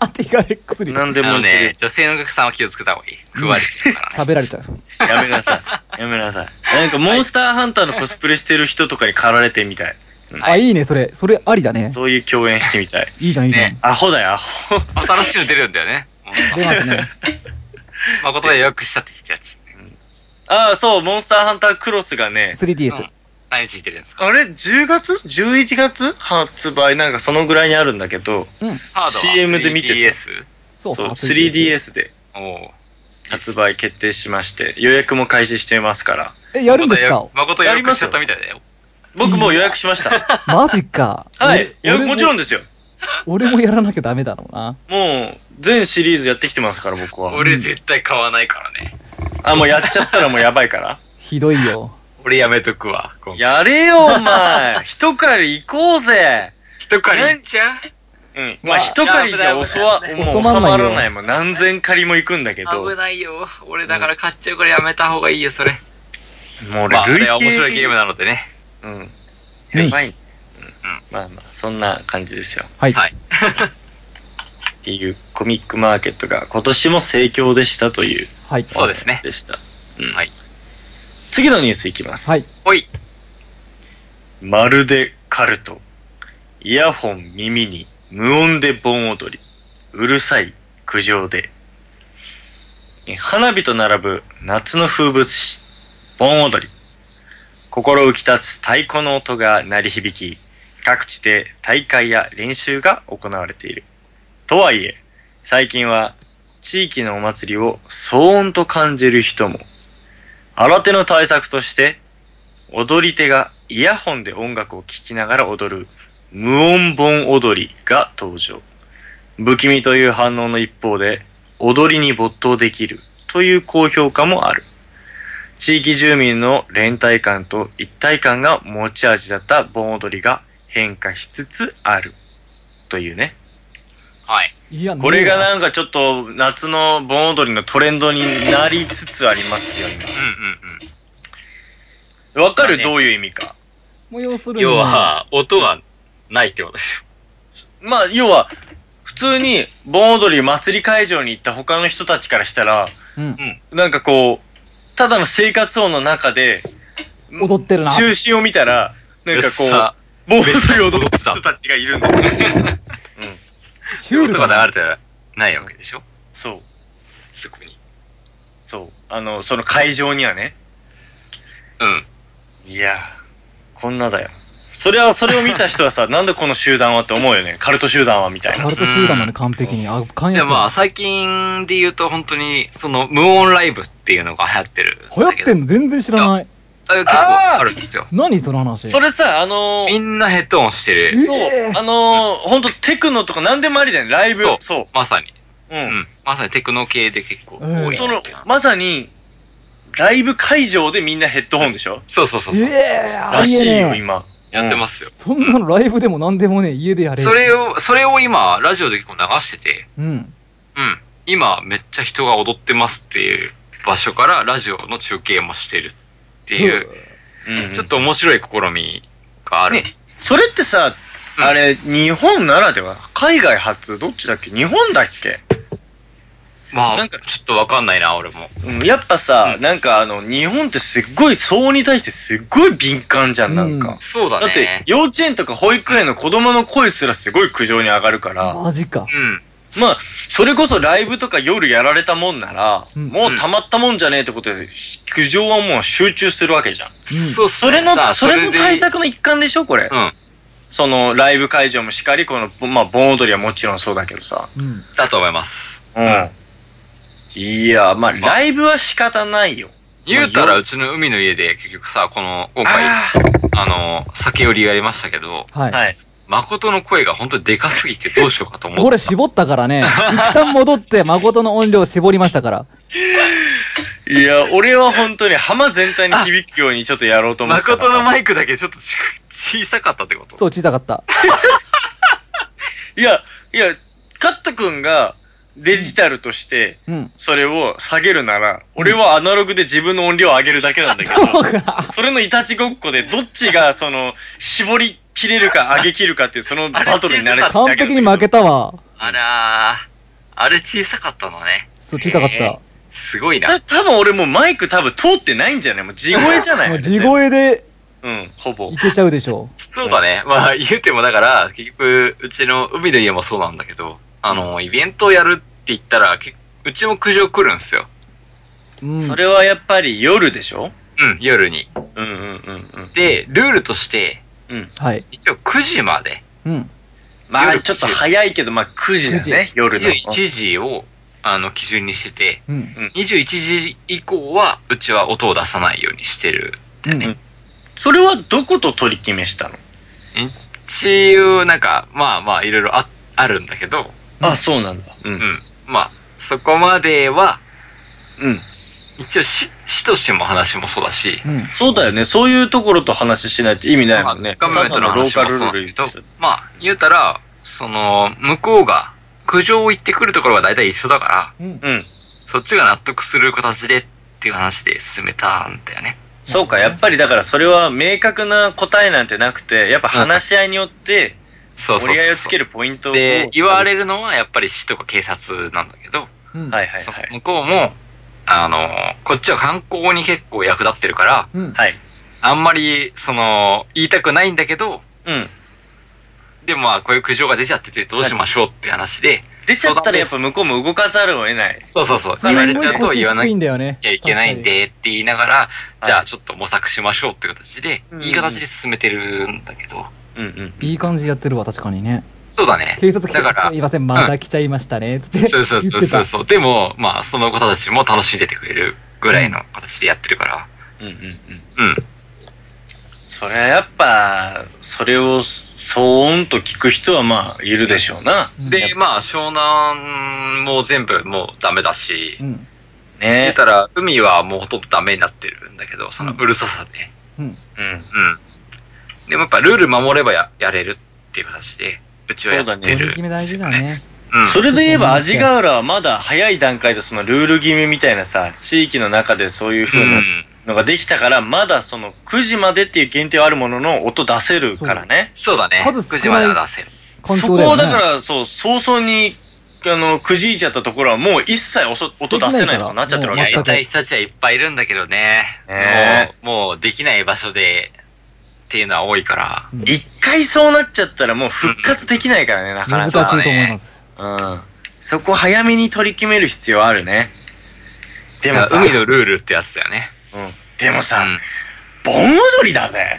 Speaker 4: あ、ティガレックスに
Speaker 5: なん
Speaker 3: あ
Speaker 5: でも
Speaker 3: の
Speaker 5: いける
Speaker 3: ね、。女性のお客さんは気をつけた方がいい。食われてるからね。
Speaker 4: 食べられちゃう。
Speaker 5: やめなさい。や *laughs* めなさい。なんか、モンスターハンターのコスプレしてる人とかに駆られてみたい。
Speaker 4: あ、いいね、それ。それありだね。
Speaker 5: そういう共演してみたい。
Speaker 4: いいじゃん、いいじゃん
Speaker 3: ね。
Speaker 5: アホだよ、アホ。
Speaker 3: 新しいの出るんだよね。
Speaker 4: 出ますね。
Speaker 3: 誠が予約したってきたやつ。
Speaker 5: *laughs* ああ、そう、モンスターハンタークロスがね、
Speaker 3: う
Speaker 4: 3DS
Speaker 3: ん。何日いてるんですか
Speaker 5: あれ、10月 ?11 月発売なんかそのぐらいにあるんだけど、
Speaker 4: うん。
Speaker 3: ハードは
Speaker 5: CM で見て
Speaker 3: 3DS?
Speaker 4: そう
Speaker 5: そう、
Speaker 4: 3DS。
Speaker 5: 3DS で。
Speaker 3: おう
Speaker 5: 発売決定しまして、予約も開始していますから。
Speaker 4: え、やるんですか
Speaker 3: 誠やりましちゃったみたいだよ。
Speaker 5: 僕もう予約しま
Speaker 3: *laughs*
Speaker 5: した。
Speaker 4: マジか。
Speaker 5: はい。い
Speaker 4: 俺
Speaker 5: や
Speaker 4: 俺
Speaker 5: もちろんですよ。
Speaker 4: 俺もやらなきゃダメだろうな。
Speaker 5: もう、全シリーズやってきてますから、僕は。
Speaker 3: 俺絶対買わないからね。
Speaker 5: あ、もうやっちゃったらもうやば
Speaker 3: *laughs*
Speaker 5: いから。
Speaker 4: ひどいよ。
Speaker 3: 俺やめとくわ。今回
Speaker 5: やれよ、お前。一狩り行こうぜ。
Speaker 3: 一狩り行っちゃう
Speaker 5: うん。まあ、一狩りじゃ襲わ、
Speaker 3: 危
Speaker 5: も
Speaker 3: な
Speaker 5: う
Speaker 3: い
Speaker 5: 収まらないもん。何千狩りも行くんだけど。
Speaker 3: 危ないよ。俺だから買っちゃうからやめた方がいいよ、それ。
Speaker 5: もう
Speaker 3: まあ、
Speaker 5: 俺、
Speaker 3: それ
Speaker 5: 累計
Speaker 3: は面白いゲームなのでね。
Speaker 5: う
Speaker 4: う
Speaker 5: ん。
Speaker 4: ん
Speaker 5: やばい。まあまあ、そんな感じですよ。
Speaker 4: はい。
Speaker 3: はい。
Speaker 5: っていうコミックマーケットが今年も盛況でしたという。
Speaker 4: はい。
Speaker 3: そうですね
Speaker 5: でした。
Speaker 3: はい。
Speaker 5: 次のニュースいきます。
Speaker 4: はい。
Speaker 3: ほい。
Speaker 5: まるでカルト。イヤホン耳に無音で盆踊り。うるさい苦情で。え花火と並ぶ夏の風物詩、盆踊り。心浮き立つ太鼓の音が鳴り響き、各地で大会や練習が行われている。とはいえ、最近は地域のお祭りを騒音と感じる人も、新手の対策として踊り手がイヤホンで音楽を聴きながら踊る無音盆踊りが登場不気味という反応の一方で踊りに没頭できるという高評価もある地域住民の連帯感と一体感が持ち味だった盆踊りが変化しつつあるというね
Speaker 3: はい。
Speaker 4: いや、
Speaker 5: これが
Speaker 4: ね
Speaker 5: なんかちょっと夏の盆踊りのトレンドになりつつありますよ
Speaker 3: うんうん
Speaker 5: 今わかる
Speaker 3: まあね
Speaker 5: どういう意味か
Speaker 4: えわもう要する
Speaker 3: うん。
Speaker 4: に。
Speaker 3: 要は、音がないってことでしょ。
Speaker 5: まあ、要は、普通に盆踊り祭り会場に行った他の人たちからしたら、
Speaker 4: うん、
Speaker 5: なんかこう、ただの生活音の中で、
Speaker 4: 踊ってるな。
Speaker 5: 中心を見たら、なんかこ
Speaker 3: よっさ
Speaker 5: う、盆踊りを踊ってた人たちがいるんだよね。うん。
Speaker 4: シュール
Speaker 3: 音
Speaker 4: だ
Speaker 3: が
Speaker 4: な。
Speaker 3: 流れてないわけでしょ。
Speaker 5: *laughs* そう。
Speaker 3: そこに。
Speaker 5: そう。あの、その会場にはね。
Speaker 3: うん。
Speaker 5: いやー、こんなだよ。それは、それを見た人はさ、 *laughs* なんでこの集団はって思うよね。カルト集団はみたいな
Speaker 3: *laughs*
Speaker 4: カ。ルト集団なのね、完璧に。あ、関
Speaker 3: で
Speaker 4: 越。
Speaker 3: もまあ、最近で言うと本当に、その、無音ライブっていうのが流行ってる。
Speaker 4: 流行ってんの全然知らない。
Speaker 3: あ結構あるんですよ。
Speaker 4: 何その話。
Speaker 5: それさ、あのー
Speaker 3: みんなヘッドホンしてる。
Speaker 5: そう
Speaker 4: ええ、
Speaker 5: あのー、ほんとテクノとか何でもありだよね、ライブ。
Speaker 3: そう
Speaker 5: そう
Speaker 3: まさに。
Speaker 5: う。
Speaker 3: うんん。まさにテクノ系で結構多い。
Speaker 5: その、まさに、ライブ会場でみんなヘッドホンでしょ
Speaker 3: そうそうそう
Speaker 4: え
Speaker 3: そう。
Speaker 4: え、あ
Speaker 5: ら
Speaker 4: り
Speaker 5: し
Speaker 4: え
Speaker 5: いよ、
Speaker 4: ねえ。
Speaker 5: 今。
Speaker 3: やってますよ。
Speaker 4: そんなのライブでも何でもねえ、家でやれ。
Speaker 3: それを、それを今、ラジオで結構流してて、
Speaker 4: うん。
Speaker 3: うん。今、めっちゃ人が踊ってますっていう場所から、ラジオの中継もしてるっていう、
Speaker 5: うん。
Speaker 3: ちょっ、と面白い試みがある。
Speaker 5: ねそれってさ、
Speaker 3: うん
Speaker 5: あれ、日本ならでは海外初どっちだっけ日本だっけ、
Speaker 3: まあ、
Speaker 5: なん
Speaker 3: ちょっとわかんないな、俺も。
Speaker 5: うん、やっぱさ、
Speaker 3: うん
Speaker 5: なんかあの、日本ってすっごい騒音に対してすっごい敏感じゃん、なんか。
Speaker 3: そうだ
Speaker 5: だ
Speaker 3: ね。
Speaker 5: って、幼稚園とか保育園の子供の声すらすごい苦情に上がるから。
Speaker 4: マジか。
Speaker 3: うん。
Speaker 5: まあ、それこそライブとか夜やられたもんなら、
Speaker 4: うん
Speaker 5: もうたまったもんじゃねえってことで、苦情はもう集中するわけじゃん。
Speaker 4: うん
Speaker 3: そうっす
Speaker 5: そ
Speaker 3: ね
Speaker 5: れの、
Speaker 3: さあ
Speaker 5: それの
Speaker 3: で
Speaker 5: 対策の一環でしょこれ。
Speaker 3: うん。
Speaker 5: その、ライブ会場もしかり、この、まあ、盆踊りはもちろんそうだけどさ。
Speaker 4: うん。
Speaker 3: だと思います。
Speaker 5: うん。いや、ま
Speaker 3: まあ
Speaker 5: あ、ライブは仕方ないよ。
Speaker 3: 言うた
Speaker 5: まあ
Speaker 3: ら、
Speaker 5: よ
Speaker 3: うちの海の家で結局さ、この、今回、あ
Speaker 5: あー
Speaker 3: の、酒寄りやりましたけど、
Speaker 4: はい。
Speaker 5: はい。
Speaker 3: 誠の声が本当にでかすぎてどうしようかと思って。
Speaker 4: これ絞ったからね。一旦戻って、誠の音量絞りましたから。
Speaker 5: いや、俺は本当に浜全体に響くようにちょっとやろうと思ってたから。
Speaker 3: 誠のマイクだけちょっとち小さかったってこと
Speaker 4: そう、小さかった。
Speaker 5: いや、いや、カット君がデジタルとして、
Speaker 4: うん。
Speaker 5: それを下げるなら、俺はアナログで自分の音量を上げるだけなんだけど、
Speaker 4: そうか。
Speaker 5: それのいたちごっこで、どっちが、その、絞り切れるか上げ切るかっていう、そのバトルになれ
Speaker 4: *laughs*
Speaker 5: た
Speaker 4: 完璧に負けたわ。
Speaker 3: あらー、あれ小さかったのね。
Speaker 4: そう、小さかっ
Speaker 3: え
Speaker 4: た。
Speaker 3: すごいな。
Speaker 5: た。多分俺もうマイク多分通ってないんじゃないもう地声じゃない
Speaker 4: もう地声で
Speaker 5: うん、ほぼ
Speaker 4: い。けちゃうでしょ
Speaker 3: そうだね。まあ、言うてもだから、結局、うちの海の家もそうなんだけど、あの、イベントをやるって言ったら、けうちも苦情来るんですよ。
Speaker 4: う。うん。
Speaker 5: それはやっぱり夜でしょ
Speaker 3: うん、夜に。
Speaker 5: うんうんうんうん。
Speaker 3: で、ルールとして、
Speaker 4: はい。
Speaker 3: 一応9時まで、
Speaker 4: うん。
Speaker 5: まあ
Speaker 3: 夜
Speaker 5: ちょっと早いけど、まあ9時だ
Speaker 4: 9
Speaker 5: ね、夜の。
Speaker 3: 21時を、あの、基準にしてて、
Speaker 4: うん。
Speaker 3: 21時以降は、うちは音を出さないようにしてる。
Speaker 4: うん。
Speaker 5: それはどこと取り決めしたの
Speaker 3: 一応、なんか、まあまあ、いろいろあ、あるんだけど、
Speaker 5: あ、そうなんだ。う。
Speaker 3: うんん。まあ、そこまでは、
Speaker 5: うん。
Speaker 3: 一応、市、市としても話もそうだし、
Speaker 4: うん。
Speaker 5: そうだよね。そういうところと話しないと意味ないもんね。
Speaker 3: ガムメントの話もそうだけど、まあ、言うたら、その、向こうが、苦情を言ってくるところは大体一緒だから、
Speaker 4: うん。
Speaker 5: うん。
Speaker 3: そっちが納得する形でっていう話で進めたんだよね。
Speaker 5: そうか、やっぱりだからそれは明確な答えなんてなくて、やっぱ話し合いによって、
Speaker 3: そうそうそうそう。
Speaker 5: 折り合いをつけるポイントを。
Speaker 3: で、言われ
Speaker 5: る。
Speaker 3: るのはやっぱり市とか警察なんだけど、
Speaker 4: うん。
Speaker 5: はいはい
Speaker 3: その
Speaker 5: はい。
Speaker 3: 向こうも、あの、こっちは観光に結構役立ってるから、
Speaker 4: うん。
Speaker 5: はい。
Speaker 3: あんまり、その、言いたくないんだけど、
Speaker 5: うん。
Speaker 3: でもまあ、こういう苦情が出ちゃっててどうしましょうって話で、
Speaker 5: 出ちゃったらやっぱ向こうも動かざるを得ない。
Speaker 3: そうそうそう、
Speaker 4: す
Speaker 3: 言われち
Speaker 4: ご
Speaker 3: ゃ
Speaker 4: いう
Speaker 3: と
Speaker 4: 腰
Speaker 3: 言わな
Speaker 4: 低い
Speaker 3: き
Speaker 4: んだよね。
Speaker 3: ゃいけないんでって言いながら、
Speaker 5: い
Speaker 3: じゃあちょっと模索しましょうっていう形で、
Speaker 5: うん
Speaker 3: いい形で進めてるんだけど、
Speaker 5: うんうん。
Speaker 4: いい感じやってるわ、確かにね。
Speaker 3: そうだね。
Speaker 4: 警察来
Speaker 3: だから
Speaker 4: て、すい、ません、また来ちゃいましたね、つって。
Speaker 3: そうそうそう
Speaker 4: 言
Speaker 3: そ
Speaker 4: っ
Speaker 3: う
Speaker 4: て
Speaker 3: そう。でも、まあ、その子たちも楽しんでてくれるぐらいの形でやってるから、
Speaker 5: うんうんうん。
Speaker 3: うん。
Speaker 5: そりゃやっぱ、それを騒音と聞く人はまあ、いるでしょうな。
Speaker 4: た。
Speaker 3: で、まあ、湘南も全部もうダメだし、
Speaker 4: うん、うん。
Speaker 3: 言
Speaker 5: ね
Speaker 3: うたら、海はもうほとんどダメになってるんだけど、その
Speaker 4: うん
Speaker 3: うるささで。
Speaker 4: うん。
Speaker 5: うん。
Speaker 3: うん。でもやっぱルール守ればややれるっていう形で、うちはやって
Speaker 5: 出
Speaker 4: 取
Speaker 3: る。
Speaker 4: り決め大事だね。
Speaker 3: うん。
Speaker 5: それで言えば、味ヶ浦はまだ早い段階でそのルール決めみたいなさ、地域の中でそういう風
Speaker 3: う。
Speaker 5: なんのができたから、まだその9時までっていう限定はあるものの、音出せるからね。
Speaker 3: そうだね。
Speaker 4: 数少ない
Speaker 3: 9時までは出せる。
Speaker 4: 環
Speaker 5: そ
Speaker 4: 境
Speaker 5: こ
Speaker 4: だよ
Speaker 5: を
Speaker 4: ね。
Speaker 5: だから、そう、早々に、あの、くじいちゃったところはもう一切おそ音出せないとかなっちゃってるわ
Speaker 3: い
Speaker 5: け
Speaker 3: やり
Speaker 4: できな
Speaker 5: でしょ
Speaker 4: いか
Speaker 3: た
Speaker 4: ら
Speaker 3: い人たちはいっぱいいるんだけどね。
Speaker 5: ね
Speaker 3: もう、もうできない場所でっていうのは多いから。
Speaker 4: うん
Speaker 5: 一回そうなっちゃったらもう復活できないからね、なか
Speaker 4: 難
Speaker 5: な
Speaker 4: しい
Speaker 5: か。
Speaker 4: と思います。
Speaker 5: うん。そこ早めに取り決める必要あるね。でも
Speaker 3: だか
Speaker 5: さ、
Speaker 3: ら海
Speaker 5: うん、
Speaker 3: のルールってやつだよね。
Speaker 5: でもさ、
Speaker 3: うん
Speaker 5: 盆踊りだ
Speaker 4: *laughs*
Speaker 5: ぜ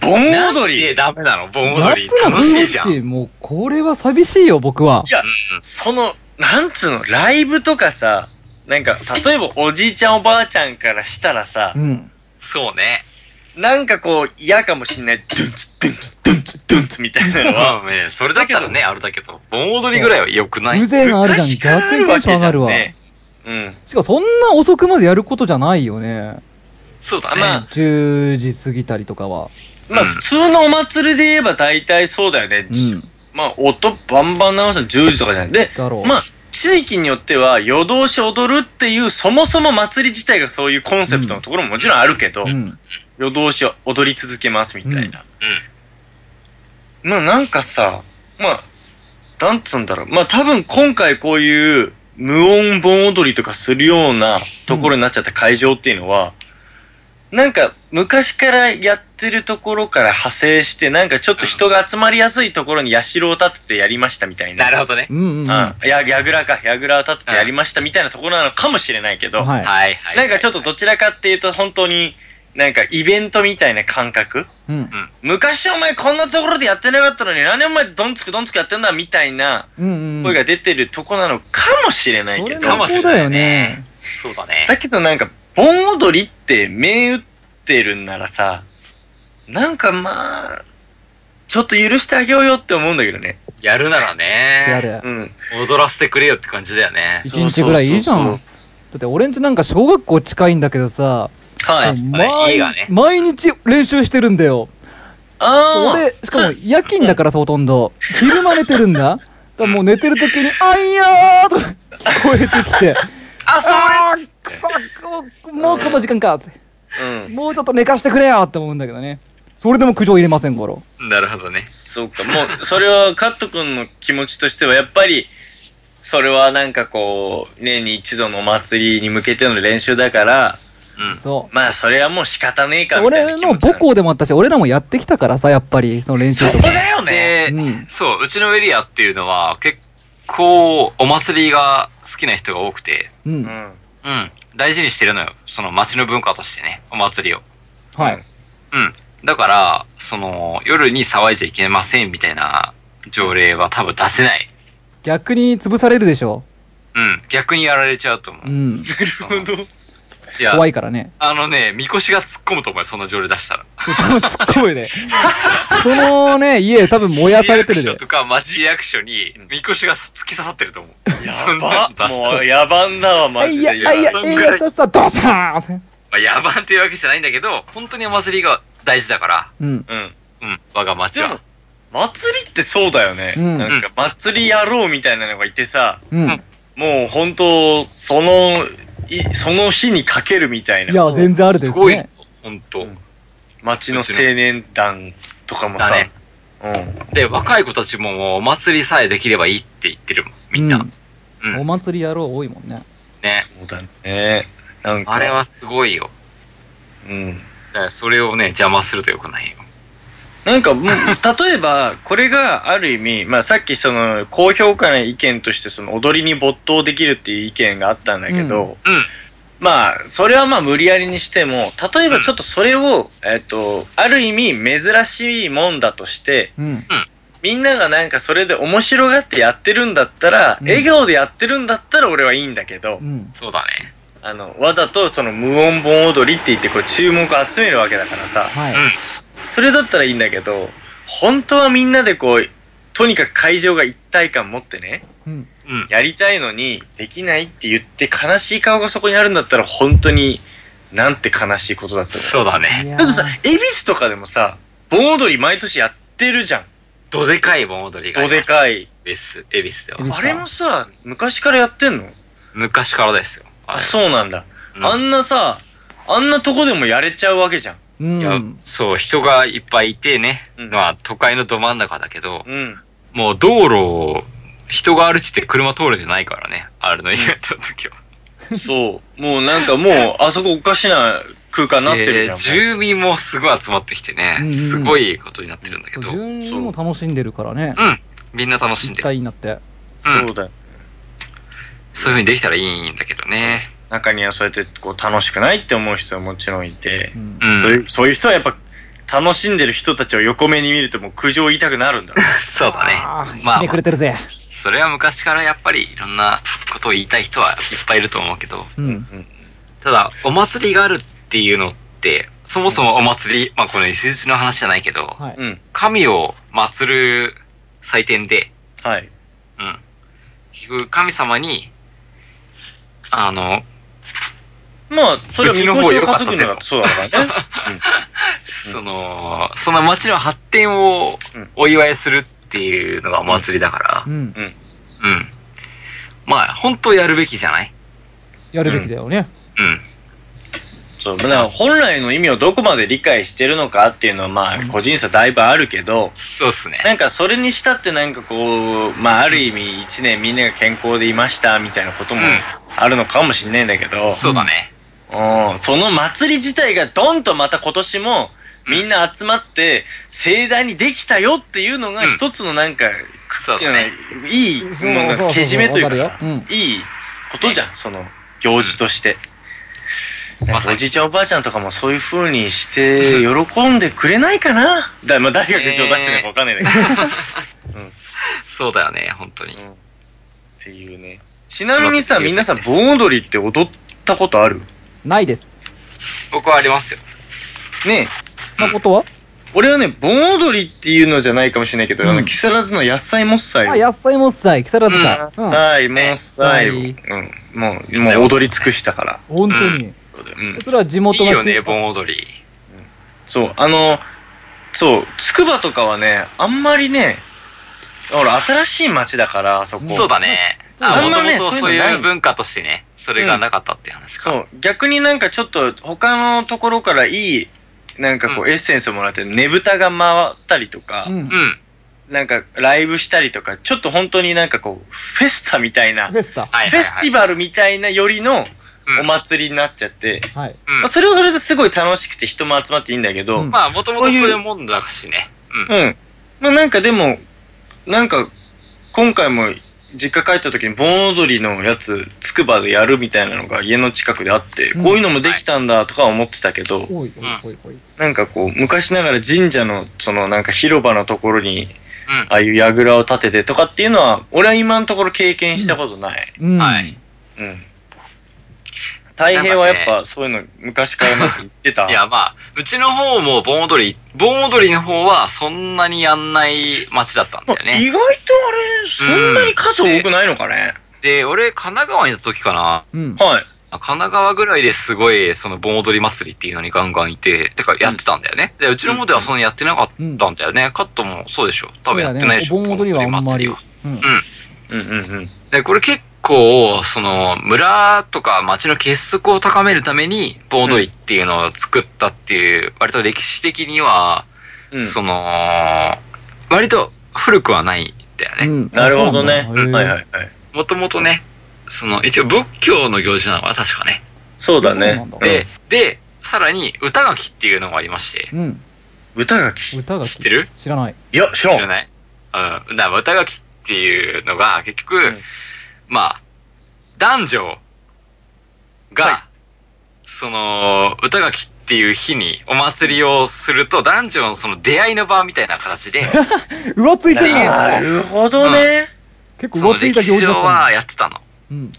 Speaker 5: 盆踊り
Speaker 3: え、ダメなの盆踊り。
Speaker 4: 夏の
Speaker 3: 楽しいじゃん。うん。
Speaker 4: しもうこれは寂しいよ、僕は。
Speaker 5: いや、その、なんつうの、ライブとかさ、なんか、例えばおじいちゃんおばあちゃんからしたらさ
Speaker 4: う、ん。
Speaker 3: そうね。
Speaker 5: なんかこう、嫌かもしんない。ドゥンツ、ドゥンツ、ドゥンツ、ドゥンツみたいなのは、
Speaker 3: まあね、それだけだね、あれだけど。盆踊りぐらいは良くない。
Speaker 4: 風情があるじゃん。
Speaker 5: 昔から
Speaker 4: 逆にテンション上がるわ。
Speaker 5: あけじゃんね
Speaker 4: しかもそんな遅くまでやることじゃないよね。
Speaker 3: そうだ
Speaker 5: まあ
Speaker 3: ね。
Speaker 4: 10時過ぎたりとかは。
Speaker 5: うん。ま
Speaker 3: う
Speaker 5: あ、
Speaker 3: ん
Speaker 5: 普通のお祭りで言えば大体そうだよね。
Speaker 4: うん。
Speaker 5: まあ、音バンバン流すの10時とかじゃない。で、
Speaker 4: だろう。
Speaker 5: まあ、地域によっては夜通し踊るっていう、そもそも祭り自体がそういうコンセプトのところももちろんあるけど、
Speaker 4: うん。
Speaker 5: 夜通し踊り続けますみたいな。
Speaker 3: う
Speaker 5: まあなんかさ、まあ、なんつうんだろう。まあ多分今回こういう無音盆踊りとかするようなところになっちゃった会場っていうのは、なんか昔からやってるところから派生して、なんかちょっと人が集まりやすいところに社を立ててやりましたみたい
Speaker 3: ん。
Speaker 5: な。
Speaker 3: なるほ
Speaker 5: ど。
Speaker 3: どね。
Speaker 4: うんうんう。
Speaker 5: うんん。
Speaker 4: は
Speaker 5: や、やぐらか、やぐらを立ててやりましたみたいなところなのかもしれないけど、
Speaker 4: い。
Speaker 3: はいはい。
Speaker 5: なんかちょっとどちらかっていうと本当になんかイベントみたいな感覚
Speaker 4: うん。
Speaker 5: 昔お前こんなところでやってなかったのに何お前どんつくどんつくやってんだみたいな
Speaker 4: うんうん。
Speaker 5: 声が出てるとこなのかもしれない
Speaker 4: そ
Speaker 5: け
Speaker 4: れ
Speaker 5: ど、
Speaker 3: かも
Speaker 4: は
Speaker 3: しれ
Speaker 4: そ
Speaker 3: な
Speaker 4: う
Speaker 3: い
Speaker 4: だよね。
Speaker 3: そうだね。
Speaker 5: だけどなんか盆踊りって銘打ってるんならさなんかまあちょっと許してあげようよって思うんだけどね
Speaker 3: やるなら
Speaker 4: せや
Speaker 3: ね。
Speaker 4: れ
Speaker 5: う。ん
Speaker 3: 踊らせてくれよって感じだよね。
Speaker 4: 一日ぐらいいいじゃん。
Speaker 5: そうそう
Speaker 4: だって俺んちなんか小学校近いんだけどさ、
Speaker 5: はい
Speaker 4: もう
Speaker 3: はい
Speaker 4: 毎
Speaker 3: いいわね
Speaker 4: 毎日練習してるんだよ。
Speaker 5: あ
Speaker 4: 俺、しかも夜勤だからさ、ほとんど。昼間寝てるん
Speaker 5: *laughs*
Speaker 4: だ。だからもう寝てる時に、あいやーとか聞こえてきて、
Speaker 3: あ、
Speaker 4: あーくそ、もうこの時間かって。
Speaker 5: あうん
Speaker 4: もうちょっと寝かしてくれよって思うんだけどね。それでも苦情入れませんから。
Speaker 3: うなるほどね。
Speaker 5: そうかもうそれはカット君の気持ちとしてはやっぱりそれはなんかこう年に一度のお祭りに向けての練習だから
Speaker 3: うん。
Speaker 4: そう。
Speaker 5: まあ、それはもう仕方ねえかみたいな
Speaker 4: 俺
Speaker 5: 気
Speaker 4: の
Speaker 5: 持ち
Speaker 4: 母
Speaker 5: なんだ。
Speaker 4: 校でもあったし、俺らもやってきたからさ、やっぱり、その練習
Speaker 5: そ
Speaker 4: と
Speaker 5: こ
Speaker 4: か。
Speaker 5: だよね。
Speaker 3: で、
Speaker 4: うん
Speaker 3: そう、うちのエリアっていうのは結構お祭りが好きな人が多くて、
Speaker 4: う。
Speaker 5: うんん。
Speaker 3: うん。大事にしてるのよ。その街の文化としてね、お祭りを。
Speaker 4: はい。
Speaker 3: うん。だから、その、夜に騒いじゃいけませんみたいな条例は多分出せない
Speaker 4: 逆に潰されるでしょ。
Speaker 3: うん。逆にやられちゃうと思う。
Speaker 4: うん。
Speaker 5: なるほど。
Speaker 3: いや、
Speaker 4: 怖いからね。
Speaker 3: あのね、みこしが突っ込むと思うよ、その条例出したら。
Speaker 4: 突っ込むよね。そのね、家多分燃やされてる
Speaker 3: 市 *laughs*
Speaker 4: で
Speaker 3: 役所。とか町役所に、みこしが突き刺さってると思う。や
Speaker 5: ばもう、野蛮だわ、マ
Speaker 4: あ
Speaker 5: ジ
Speaker 4: い
Speaker 5: で。
Speaker 4: や、あいや、
Speaker 5: 野蛮
Speaker 4: いや、ささ、ドシャーン
Speaker 3: まあ、野蛮っていうわけじゃないんだけど、本当にお祭りが大事だから、
Speaker 4: うん。
Speaker 5: うん。
Speaker 3: うん、我が町
Speaker 5: でも
Speaker 3: は。、
Speaker 5: 祭りってそうだよね。
Speaker 4: うん
Speaker 5: なんか、祭りやろうみたいなのがいてさ、
Speaker 4: うん。
Speaker 5: もう本当その、いその日にかけるみたい
Speaker 4: い
Speaker 5: な。
Speaker 4: や、全然あるですす
Speaker 3: ごい
Speaker 4: ね。、
Speaker 3: 本当
Speaker 5: ん町の青年団とかもさ、
Speaker 3: だね
Speaker 5: うん。
Speaker 3: で、若い子たちももうお祭りさえできればいいって言ってるもん、みんな。
Speaker 4: う
Speaker 3: うん
Speaker 4: お祭り野郎多いもんね。
Speaker 3: ね。
Speaker 5: そうだね。なんか、
Speaker 3: あれはすごいよ。
Speaker 5: うん。
Speaker 3: だからそれをね、邪魔するとよくないよ。
Speaker 5: なんか、もう例えば、これがある意味、まあさっきその、高評価な意見として、その、踊りに没頭できるっていう意見があったんだけど、
Speaker 3: うんうん
Speaker 5: まあ、それはまあ無理やりにしても、例えばちょっとそれを、えっ、と、ある意味珍しいもんだとして、
Speaker 4: うん。
Speaker 5: みんながなんかそれで面白がってやってるんだったら、
Speaker 4: うん
Speaker 5: 笑顔でやってるんだったら俺はいいんだけど、
Speaker 4: うん。
Speaker 3: そうだね。
Speaker 5: あの、わざとその無音盆踊りって言ってこう注目を集めるわけだからさ、
Speaker 4: はい。
Speaker 5: それだったらいいんだけど、本当はみんなでこう、とにかく会場が一体感持ってね、
Speaker 4: うん。
Speaker 3: うん。
Speaker 5: やりたいのにできないって言って悲しい顔がそこにあるんだったら本当になんて悲しいことだったの
Speaker 3: そうだね。
Speaker 4: い
Speaker 5: だ
Speaker 4: や
Speaker 5: けどさ
Speaker 4: ー、
Speaker 5: 恵比寿とかでもさ、盆踊り毎年やってるじゃん。
Speaker 3: どでかい盆踊りが。
Speaker 5: どで
Speaker 3: い。
Speaker 5: かい。
Speaker 3: エビス、エビスでは
Speaker 4: 恵比。寿
Speaker 5: あれもさ、昔からやってんの
Speaker 3: 昔からですよ。
Speaker 5: あ、そうなんだ。
Speaker 3: うん
Speaker 5: あんなさ、あんなとこでもやれちゃうわけじゃん。
Speaker 4: う
Speaker 3: いや
Speaker 4: ん。
Speaker 3: そう、人がいっぱいいてね、
Speaker 5: うん
Speaker 3: まあ都会のど真ん中だけど、
Speaker 5: うん。
Speaker 3: もう道路を、人が歩いてて車通れてないからね、あれのイベントの時は。
Speaker 5: そう。もうなんかもう、あそこおかしな空間になってるじゃん。
Speaker 3: で住民もすごい集まってきてね、
Speaker 4: うんうん
Speaker 3: すごいことになってるんだけ
Speaker 4: そう、
Speaker 3: ど、
Speaker 4: 順にも楽しんでるからね。
Speaker 3: みんな楽しん
Speaker 4: 一
Speaker 3: で、
Speaker 4: 体になって。
Speaker 3: うん
Speaker 5: そうだよ。
Speaker 3: そういう風にできたらいいんだけどね。
Speaker 5: 中にはそうやってこう楽しくないって思う人はもちろんいて
Speaker 4: う、ん
Speaker 3: う。ん。
Speaker 5: そういうそういう人はやっぱ楽しんでる人たちを横目に見るともう苦情言いたくなるんだろう
Speaker 3: そうだね。
Speaker 4: ああ、
Speaker 3: まあ
Speaker 4: ひねくれてるぜ。
Speaker 3: それは昔からやっぱりいろんなことを言いたい人はいっぱいいると思うけど、
Speaker 4: うん。
Speaker 3: ただ、お祭りがあるっていうのって、そもそもお祭り、まあこの石槌の話じゃないけど、
Speaker 4: はい。
Speaker 5: うん。
Speaker 3: 神を祀る祭典で、
Speaker 5: はい。
Speaker 3: うん。結局神様に、あの、
Speaker 5: まあ、それは見越しを担ぐのだってそうだからね。
Speaker 3: その、その町の発展を
Speaker 5: うん
Speaker 3: お祝いするっていうのがお祭りだから
Speaker 4: う、ん。
Speaker 3: うん。まあ、本当やるべきじゃない
Speaker 4: やるべきだよね。
Speaker 3: うん。
Speaker 5: *laughs* そう。だから本来の意味をどこまで理解してるのかっていうのはまあ、個人差だいぶあるけど、
Speaker 3: そうっすね。
Speaker 5: なんかそれにしたってなんかこう、まあある意味一年みんなが健康でいましたみたいなことも
Speaker 3: うん
Speaker 5: あるのかもしんないんだけど、
Speaker 3: そうだね。
Speaker 5: うんその祭り自体がどんとまた今年もみんな集まって盛大にできたよっていうのが
Speaker 3: うん
Speaker 5: 一つのなんか、
Speaker 3: そう
Speaker 5: ってい
Speaker 3: だ
Speaker 5: うのは
Speaker 3: ね。
Speaker 5: いい、もう
Speaker 4: そう
Speaker 5: なん
Speaker 4: そうそ
Speaker 5: か
Speaker 4: う
Speaker 5: けじめというか
Speaker 4: わか
Speaker 5: さ
Speaker 4: るようん
Speaker 5: いいことじゃん、その行事として。なんかおじいちゃんおばあちゃんとかもそういう風にして喜んでくれないかなだ、まあ、誰が口を出してるのかわかんないんだけど。
Speaker 3: そうだよね、本当に。
Speaker 5: うんっていうね。ちなみにさ、
Speaker 3: うまく言え
Speaker 5: 皆
Speaker 3: て
Speaker 5: さ
Speaker 3: る
Speaker 5: ん盆踊りって踊ったことある
Speaker 4: ないです。
Speaker 3: 僕はありますよ。
Speaker 5: ねえ
Speaker 4: なことは
Speaker 5: 俺はね、盆踊りっていうのじゃないかもしれないけど、
Speaker 4: うん
Speaker 5: あの、木更津の野菜もっさいを。
Speaker 4: あ、野菜もっさい、木更津か。うん。
Speaker 5: 菜もっさいを。う
Speaker 4: ね
Speaker 5: ん。もう、もう踊り尽くしたから。
Speaker 4: 本当に。
Speaker 5: うん。
Speaker 4: それは地元
Speaker 3: いい
Speaker 4: の
Speaker 3: よね、
Speaker 4: 地
Speaker 3: 盆踊り。
Speaker 5: そう、あの、そう、つくばとかはね、あんまりね、ほら、新しい町だから、あそこ。
Speaker 3: そうだね。
Speaker 4: そう
Speaker 3: あ、
Speaker 5: あ
Speaker 3: も
Speaker 5: ん
Speaker 3: と
Speaker 5: ま
Speaker 3: も
Speaker 5: ね
Speaker 3: と
Speaker 5: そういうの
Speaker 3: そう
Speaker 5: ない
Speaker 3: いう文化としてね、それがなかったっていう話か。
Speaker 5: そう、逆になんかちょっと、他のところからいい、なんかこう、エッセンスをもらって、ねぶたが回ったりとか、
Speaker 4: うん。
Speaker 3: う
Speaker 4: フ
Speaker 3: ん。
Speaker 5: なんかライブしたりとか、ちょっと本当になんかこう、フェスタみたいな、
Speaker 4: ェスタ。
Speaker 3: はいはいはい。
Speaker 5: フェスティバルみたいなよりの
Speaker 3: うん
Speaker 5: お祭りになっちゃって、
Speaker 4: はい。
Speaker 3: うん
Speaker 5: まあ、それはそれですごい楽しくて人も集まっていいんだけど、
Speaker 4: う
Speaker 5: うんん。
Speaker 3: まあ、もともとそういうもんだしね。うん。
Speaker 5: まあなんかでも、なんか、今回も実家帰った時に盆踊りのやつ、つくばでやるみたいなのが家の近くであって、
Speaker 4: うん
Speaker 5: こういうのもできたんだとか思ってたけ
Speaker 4: お
Speaker 5: ど、
Speaker 4: いおいおいおい。
Speaker 5: なんかこう、昔ながら神社のそのなんか広場のところに、
Speaker 3: うん
Speaker 5: ああいう櫓を立ててとかっていうのは、俺は今のところ経験したことない。
Speaker 4: うん。
Speaker 3: はい。
Speaker 5: うん。太平はやっぱそういうの昔からなんか言ってた。
Speaker 3: *laughs* いや、まあ、うちの方も盆踊り、盆踊りの方はそんなにやんない街だったんだよ
Speaker 5: 意
Speaker 3: ね。
Speaker 5: 外とあれ、そんなに数多くないのかね。
Speaker 3: で、俺、神奈川にいた時かな。
Speaker 4: うん。
Speaker 5: はい。
Speaker 3: 神奈川ぐらいですごい、その盆踊り祭りっていうのにガンガンいて、てかやってたんだよね。で、うちの方ではそんなやってなかったんだよね。カットもそうでしょ。多分やってないでしょ。
Speaker 4: そうだねお盆踊りはあんまり。
Speaker 3: 盆踊祭
Speaker 4: うん
Speaker 5: うんうんうん。
Speaker 3: で、これ結構、その、村とか町の結束を高めるために、盆踊りっていうのを作ったっていう、割と歴史的には、
Speaker 5: うん、
Speaker 3: その、割と古くはないんだよね。
Speaker 4: うん
Speaker 5: なるほどね。
Speaker 4: あ
Speaker 5: は
Speaker 4: そうないんだ
Speaker 5: はい
Speaker 4: へ
Speaker 5: は
Speaker 4: え
Speaker 5: い。
Speaker 3: もともとね、その、一応仏教の行事なのかな、確かね。
Speaker 5: そうだ
Speaker 4: そうな
Speaker 5: ね
Speaker 4: んだ。
Speaker 5: うん
Speaker 3: で、で、さらに、歌書きっていうのがありまして、
Speaker 4: うん。
Speaker 5: 歌がき。い
Speaker 4: 歌が
Speaker 3: 知ってる
Speaker 4: 知らない。
Speaker 5: や、ショ
Speaker 3: 知ら
Speaker 5: ーン。
Speaker 3: ないうん。だから歌書きっていうのが、結局、
Speaker 5: うん
Speaker 3: まあ、男女が、
Speaker 5: は
Speaker 3: その、歌書きっていう日にお祭りをすると、男女のその出会いの場みたいな形
Speaker 5: *laughs*
Speaker 3: で、
Speaker 4: うわついてる
Speaker 5: な
Speaker 4: な
Speaker 5: るほどね。
Speaker 4: 結
Speaker 3: そ
Speaker 4: 構
Speaker 3: の
Speaker 4: うわつい
Speaker 3: 歴
Speaker 4: た
Speaker 3: 史
Speaker 4: 行事だ
Speaker 3: 上
Speaker 4: った
Speaker 3: はやってたの。
Speaker 4: ね。うん。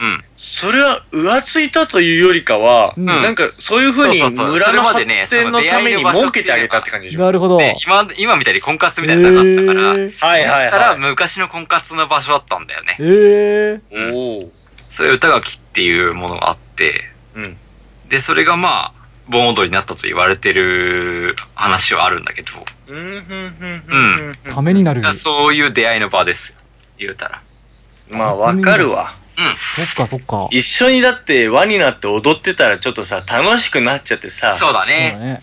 Speaker 3: うん。
Speaker 5: それは、浮ついたというよりかは、
Speaker 4: うん
Speaker 5: なんか、そういうふうに
Speaker 3: そうそうそう
Speaker 5: 村の
Speaker 3: それまでね
Speaker 5: 発展のために
Speaker 3: その出会いの場所
Speaker 5: 設けてあげたって感じでしょ。
Speaker 4: なるほど。
Speaker 3: で、今、今みたいに婚活みたいなのなかったから、
Speaker 4: え
Speaker 5: はいはい
Speaker 3: だから
Speaker 5: はい。
Speaker 3: 昔の婚活の場所だったんだよね。
Speaker 4: え
Speaker 5: おー
Speaker 3: そういう歌書きっていうものがあって、
Speaker 5: うん。
Speaker 3: で、それがまあ、盆踊りになったと言われてる話はあるんだけど、
Speaker 5: うん、ふんふんふ
Speaker 3: うん
Speaker 5: んふん
Speaker 4: ためになる。そ
Speaker 3: そういう出会いの場ですよ。言うたら。
Speaker 5: まあ、わかるわ。
Speaker 4: っかそっか。
Speaker 5: 一緒にだって輪になって踊ってたらちょっとさ、楽しくなっちゃってさ、
Speaker 3: そうだ
Speaker 4: そうだ
Speaker 3: ね。
Speaker 4: ね。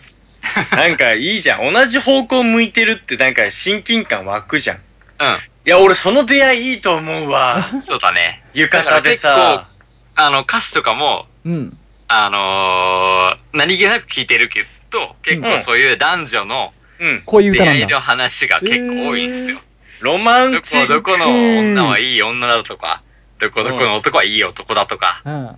Speaker 5: なんかいいじゃん。同じ方向向いてるってなんか親近感湧くじゃん。い
Speaker 3: うん。
Speaker 5: や、俺その出会いいいと思う
Speaker 3: *laughs*
Speaker 5: わ。
Speaker 3: そうだね。
Speaker 5: 浴衣でさ、
Speaker 3: あの、歌詞とかも、
Speaker 4: うん。
Speaker 3: あのー何気なく聞いてるけど、結
Speaker 5: う
Speaker 3: 構
Speaker 5: ん
Speaker 3: そういう男女の
Speaker 5: うん。
Speaker 4: こういう
Speaker 3: 出
Speaker 4: 歌な
Speaker 3: 会い
Speaker 4: ん
Speaker 3: の
Speaker 4: だ。
Speaker 3: 話が結構多いんですよ。
Speaker 5: ロマン
Speaker 3: ど
Speaker 5: チッ
Speaker 3: こ
Speaker 5: ク。
Speaker 3: どこの女はいい女だとか、どこどこの男はいい男だとか、
Speaker 4: うん。
Speaker 3: っ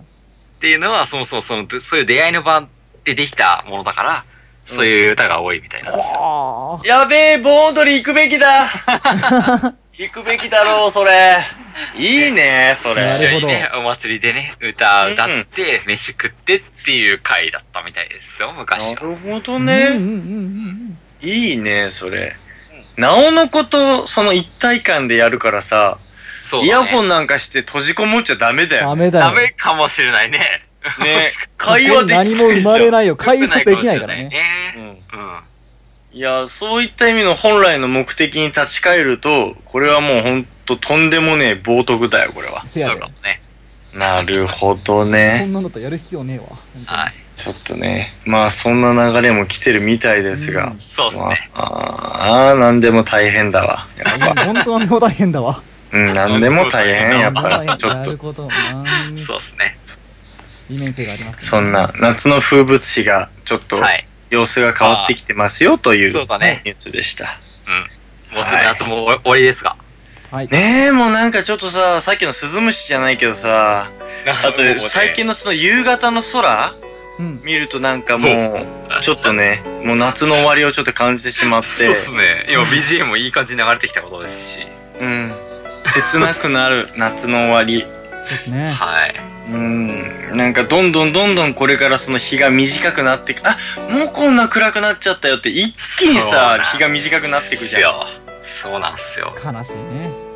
Speaker 3: ていうのは、そもそもその、そういう出会いの場でできたものだから、そういう歌が多いみたいなんですよ。
Speaker 4: あ
Speaker 5: やべえ、盆踊り行くべきだ行くべきだろう、それ。いいね、そ
Speaker 4: な
Speaker 3: 一
Speaker 4: る
Speaker 5: れ。
Speaker 3: 緒にね、お祭りでね、歌歌って、飯食ってっていう回だったみたいですよ、昔
Speaker 5: な
Speaker 3: は。
Speaker 5: るほど
Speaker 4: あ。うん
Speaker 5: ね。
Speaker 4: うんうん
Speaker 5: いいね、それ。なおのこと、その一体感でやるからさ、
Speaker 3: そうだね。
Speaker 5: イヤホンなんかして閉じこもっちゃダメだ
Speaker 4: うん。ダ
Speaker 5: よ。
Speaker 4: メだよ。
Speaker 3: ダメかもしれないね。
Speaker 4: *laughs*
Speaker 5: ね。会話できない
Speaker 4: 何
Speaker 5: でし
Speaker 4: も
Speaker 5: ょ。
Speaker 4: 生まれないよ。会話で
Speaker 3: 良く
Speaker 4: きないからね。
Speaker 5: う
Speaker 3: ね。
Speaker 5: ん。
Speaker 3: うん。
Speaker 5: いや、そういった意味の本来の目的に立ち返ると、これはもうほんととんでもねえ冒涜だよ、これは。
Speaker 4: せ
Speaker 3: そ
Speaker 4: や
Speaker 3: う
Speaker 4: で
Speaker 3: か。もね。
Speaker 5: なるほど
Speaker 4: そ
Speaker 5: ね。
Speaker 4: んなんだったらやる必要ねえわ。
Speaker 3: はい。
Speaker 5: ちょっとね、まあそんな流れも来てるみたいですが。
Speaker 3: そうですね。
Speaker 5: まああー、なんでも大変だわ。やっぱ
Speaker 4: 本当なんでも大変だわ。
Speaker 5: うん、なんでも大変、やっぱり。ちょっ
Speaker 4: や
Speaker 5: と
Speaker 4: る、ことなん
Speaker 3: そうですね。
Speaker 4: 利面性がありますね。
Speaker 5: そんな、夏の風物詩が、ちょっと、
Speaker 3: はい。
Speaker 5: 様子が変わってきてますよ、という、
Speaker 3: そうだね
Speaker 5: ニュースでした。
Speaker 3: うん。もうすぐ夏も終わりですが。
Speaker 4: はい。
Speaker 5: ねえ、もうなんかちょっとさ、さっきのスズムシじゃないけどさ、あと、最近
Speaker 3: の、
Speaker 5: のその夕方の空
Speaker 4: うん。
Speaker 5: 見るとなんかもう、ちょっとね、もう夏の終わりをちょっと感じてしまっ
Speaker 3: そう
Speaker 5: て
Speaker 3: で、すね。今 BGM もいい感じに流れてきたことですし。
Speaker 5: うん、切なくなる夏の終わり。
Speaker 4: そうですね。
Speaker 3: はい。
Speaker 5: うん、なんかどんどんどんどんこれからその日が短くなってく、あ、もうこんな暗くなっちゃったよって一気に
Speaker 3: そうなん
Speaker 5: さ
Speaker 3: で、す
Speaker 5: 日が短くなってくじゃん。い
Speaker 3: そうなんすよ。
Speaker 4: 悲しいね。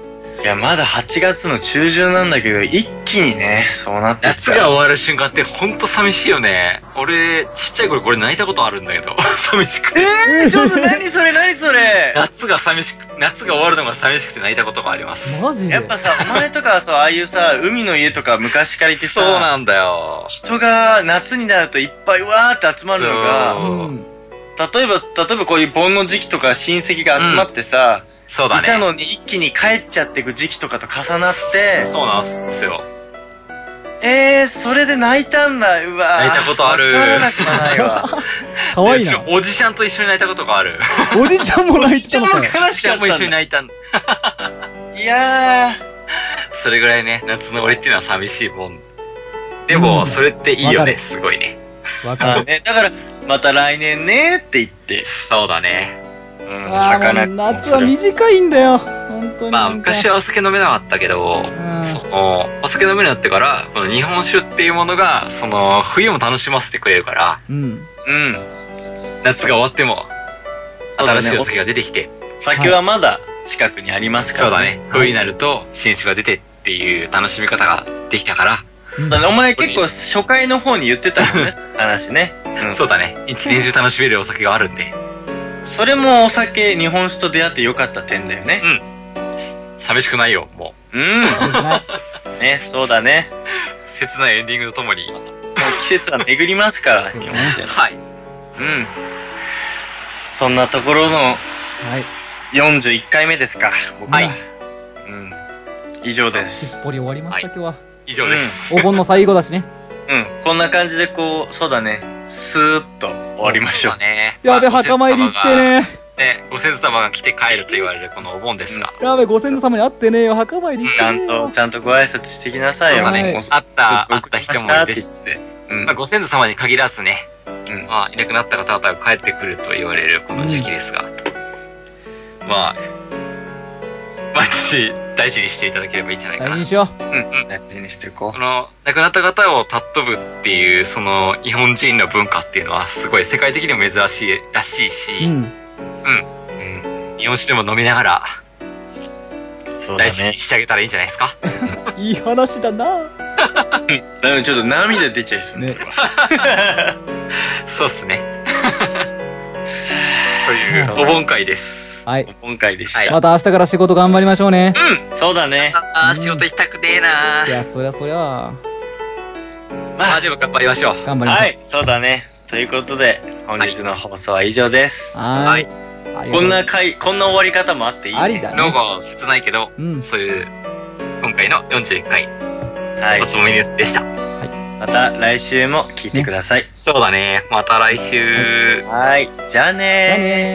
Speaker 5: や、まだ8月の中旬なんだけど、一気にね、そうなってき
Speaker 3: 夏
Speaker 5: た
Speaker 3: が
Speaker 5: よ。
Speaker 3: 終わる瞬間ってほんと寂しいよね。俺、ちっちゃい頃これ泣いたことあるんだけど、 *laughs* 寂しくて。
Speaker 5: えー、ちょっと何それ何それ
Speaker 3: 夏が寂しく、夏が終わるのが寂しくて泣いたことがあります。
Speaker 4: マジで。
Speaker 5: やっぱさ、お前とかはさ、ああいうさ、海の家とか昔からいてさ、
Speaker 3: そうなんだよ。
Speaker 5: 人が夏になるといっぱいわーって集まるのが、
Speaker 4: うん。
Speaker 5: 例えば、例えばこういう盆の時期とか親戚が集まってさ、
Speaker 3: そうだ
Speaker 5: いた
Speaker 3: ね。
Speaker 5: のに一気に帰っちゃってく時期とかと重なって、
Speaker 3: そうなんすよ。
Speaker 5: えー、それで泣いたんだ、うわー
Speaker 3: 泣いたことある
Speaker 5: わからなくはない *laughs* わ。
Speaker 4: かわいいな。
Speaker 3: うちのおじちゃんと一緒に泣いたことがある。
Speaker 4: おじちゃんも泣いてたのかよ。
Speaker 3: おじちゃんも一緒に泣いたんだ。
Speaker 5: いやー、
Speaker 3: それぐらいね、夏の終わりっていうのは寂しいもん。でも、
Speaker 4: うん
Speaker 3: それっていいよ
Speaker 4: わか
Speaker 3: ね、
Speaker 4: る
Speaker 3: すごいね。
Speaker 4: わか
Speaker 5: まあ
Speaker 4: る。
Speaker 5: ね、だから、また来年ねって言って、
Speaker 3: そうだね。
Speaker 5: うん、うん、
Speaker 4: あー
Speaker 5: 儚
Speaker 4: も
Speaker 5: く
Speaker 4: う夏は短いんだよ。本当に。
Speaker 3: まあ、昔はお酒飲めなかったけど、
Speaker 4: ん
Speaker 3: その、お酒飲めるようになってから、この日本酒っていうものが、その、冬も楽しませてくれるから、
Speaker 4: うん。
Speaker 5: うん。
Speaker 3: 夏が終わっても、
Speaker 5: そうだ
Speaker 3: 新
Speaker 5: ね
Speaker 3: しいお酒が出てきて、
Speaker 5: 酒はまだ近くにありますか
Speaker 3: そう
Speaker 5: ら
Speaker 3: だね、冬になると新酒が出てっていう楽しみ方ができたから、
Speaker 5: だからお前結構初回の方に言ってたよね、話ね。うん
Speaker 3: そうだね、一年中楽しめるお酒があるんで、
Speaker 5: それもお酒、日本酒と出会ってよかった点だよね。
Speaker 3: 寂しくないよ、も
Speaker 5: うん。ね、そうだね。
Speaker 3: う。切ないエンディングとともに。
Speaker 5: もう季節は巡りますから、日本っていうのは
Speaker 3: はい。
Speaker 5: うん。そんなところの
Speaker 4: はい。
Speaker 5: 41回目ですか、僕は。
Speaker 4: はい
Speaker 5: うん。以上です
Speaker 4: す。っぽり終わりました、
Speaker 3: は
Speaker 4: 今日は。
Speaker 3: 以上です。
Speaker 4: お盆の最後だしね。
Speaker 5: うん。こんな感じでこう、そうだね、スーッと終わりましょう
Speaker 3: そうだ。ね。
Speaker 4: やべ、
Speaker 3: まあ
Speaker 4: 墓参り行って。ね。
Speaker 3: ご先祖様がね、ご先祖様が来て帰ると言われるこのお盆ですが、
Speaker 4: やべ、ご先祖様に会ってねえよ。墓参り行っ
Speaker 5: ちゃ
Speaker 4: てね
Speaker 5: ん
Speaker 4: え
Speaker 5: と、
Speaker 4: よ。
Speaker 5: ちゃんとご挨拶してきなさ
Speaker 3: そ
Speaker 5: いうよ。
Speaker 3: だ
Speaker 4: は
Speaker 3: ね
Speaker 4: い、
Speaker 3: あった、あ
Speaker 5: あ
Speaker 3: った人もいるし、
Speaker 5: て。うん
Speaker 3: まあ、ご先祖様に限らずね、
Speaker 5: うん
Speaker 3: まあ、いなくなった方々が帰ってくると言われるこの時期ですが、まあ、毎年大事にしていただければいいんじゃないか
Speaker 4: 大事
Speaker 3: な
Speaker 4: に。しよ。
Speaker 5: うん大事にしていこ
Speaker 3: この亡くなった方を尊ぶっていうその日本人の文化っていうのはすごい世界的にも珍しいらしいうし、
Speaker 4: うん。
Speaker 3: うん日本酒でも飲みながら
Speaker 5: う。そう
Speaker 3: 大事に。してあげたらいいんじゃないですか。
Speaker 4: いい話だな。
Speaker 5: だちょっと涙出ちゃいそう
Speaker 4: ね
Speaker 5: ね。
Speaker 3: そうっすね。 *laughs* というお盆会です。
Speaker 4: はい。
Speaker 5: 今回でし
Speaker 3: はい
Speaker 5: た。
Speaker 4: また明日から仕事頑張りましょうね。
Speaker 5: そうだね。
Speaker 3: ああ、仕事行きたくねえない
Speaker 4: や、そりゃそりゃ、
Speaker 3: まあでも頑張りましょう。
Speaker 4: 頑張りま
Speaker 5: は
Speaker 4: し
Speaker 5: い、そうだね。ということで、本日の放送は以上です
Speaker 4: ょう。。は
Speaker 3: は
Speaker 4: ー
Speaker 3: い。
Speaker 4: い。ありがとう
Speaker 5: こんな回、こんな終わり方もあっていいね。
Speaker 4: ありだ
Speaker 3: なん
Speaker 4: ね。
Speaker 3: か切ないけど、
Speaker 4: うん。
Speaker 3: そういう今回の41回、
Speaker 5: はい
Speaker 3: お。つもりニュースでした。
Speaker 5: また来週も聞いてください。
Speaker 3: そうだね。また来週。
Speaker 5: はい。じゃあ
Speaker 4: じゃあ
Speaker 5: ね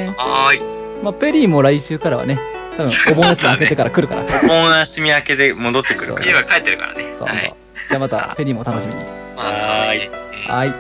Speaker 4: ね
Speaker 3: はーい。
Speaker 4: まあ、ペリーも来週からはね、多分、お盆休み明けてから来るから。
Speaker 5: ー。お盆休み明けで戻ってくるから。
Speaker 3: 今帰ってるからね。
Speaker 4: そうそう。
Speaker 3: はい
Speaker 4: じゃあまた、ペリーもお楽しみに。
Speaker 3: まあ
Speaker 5: はーい
Speaker 3: えー
Speaker 4: はい。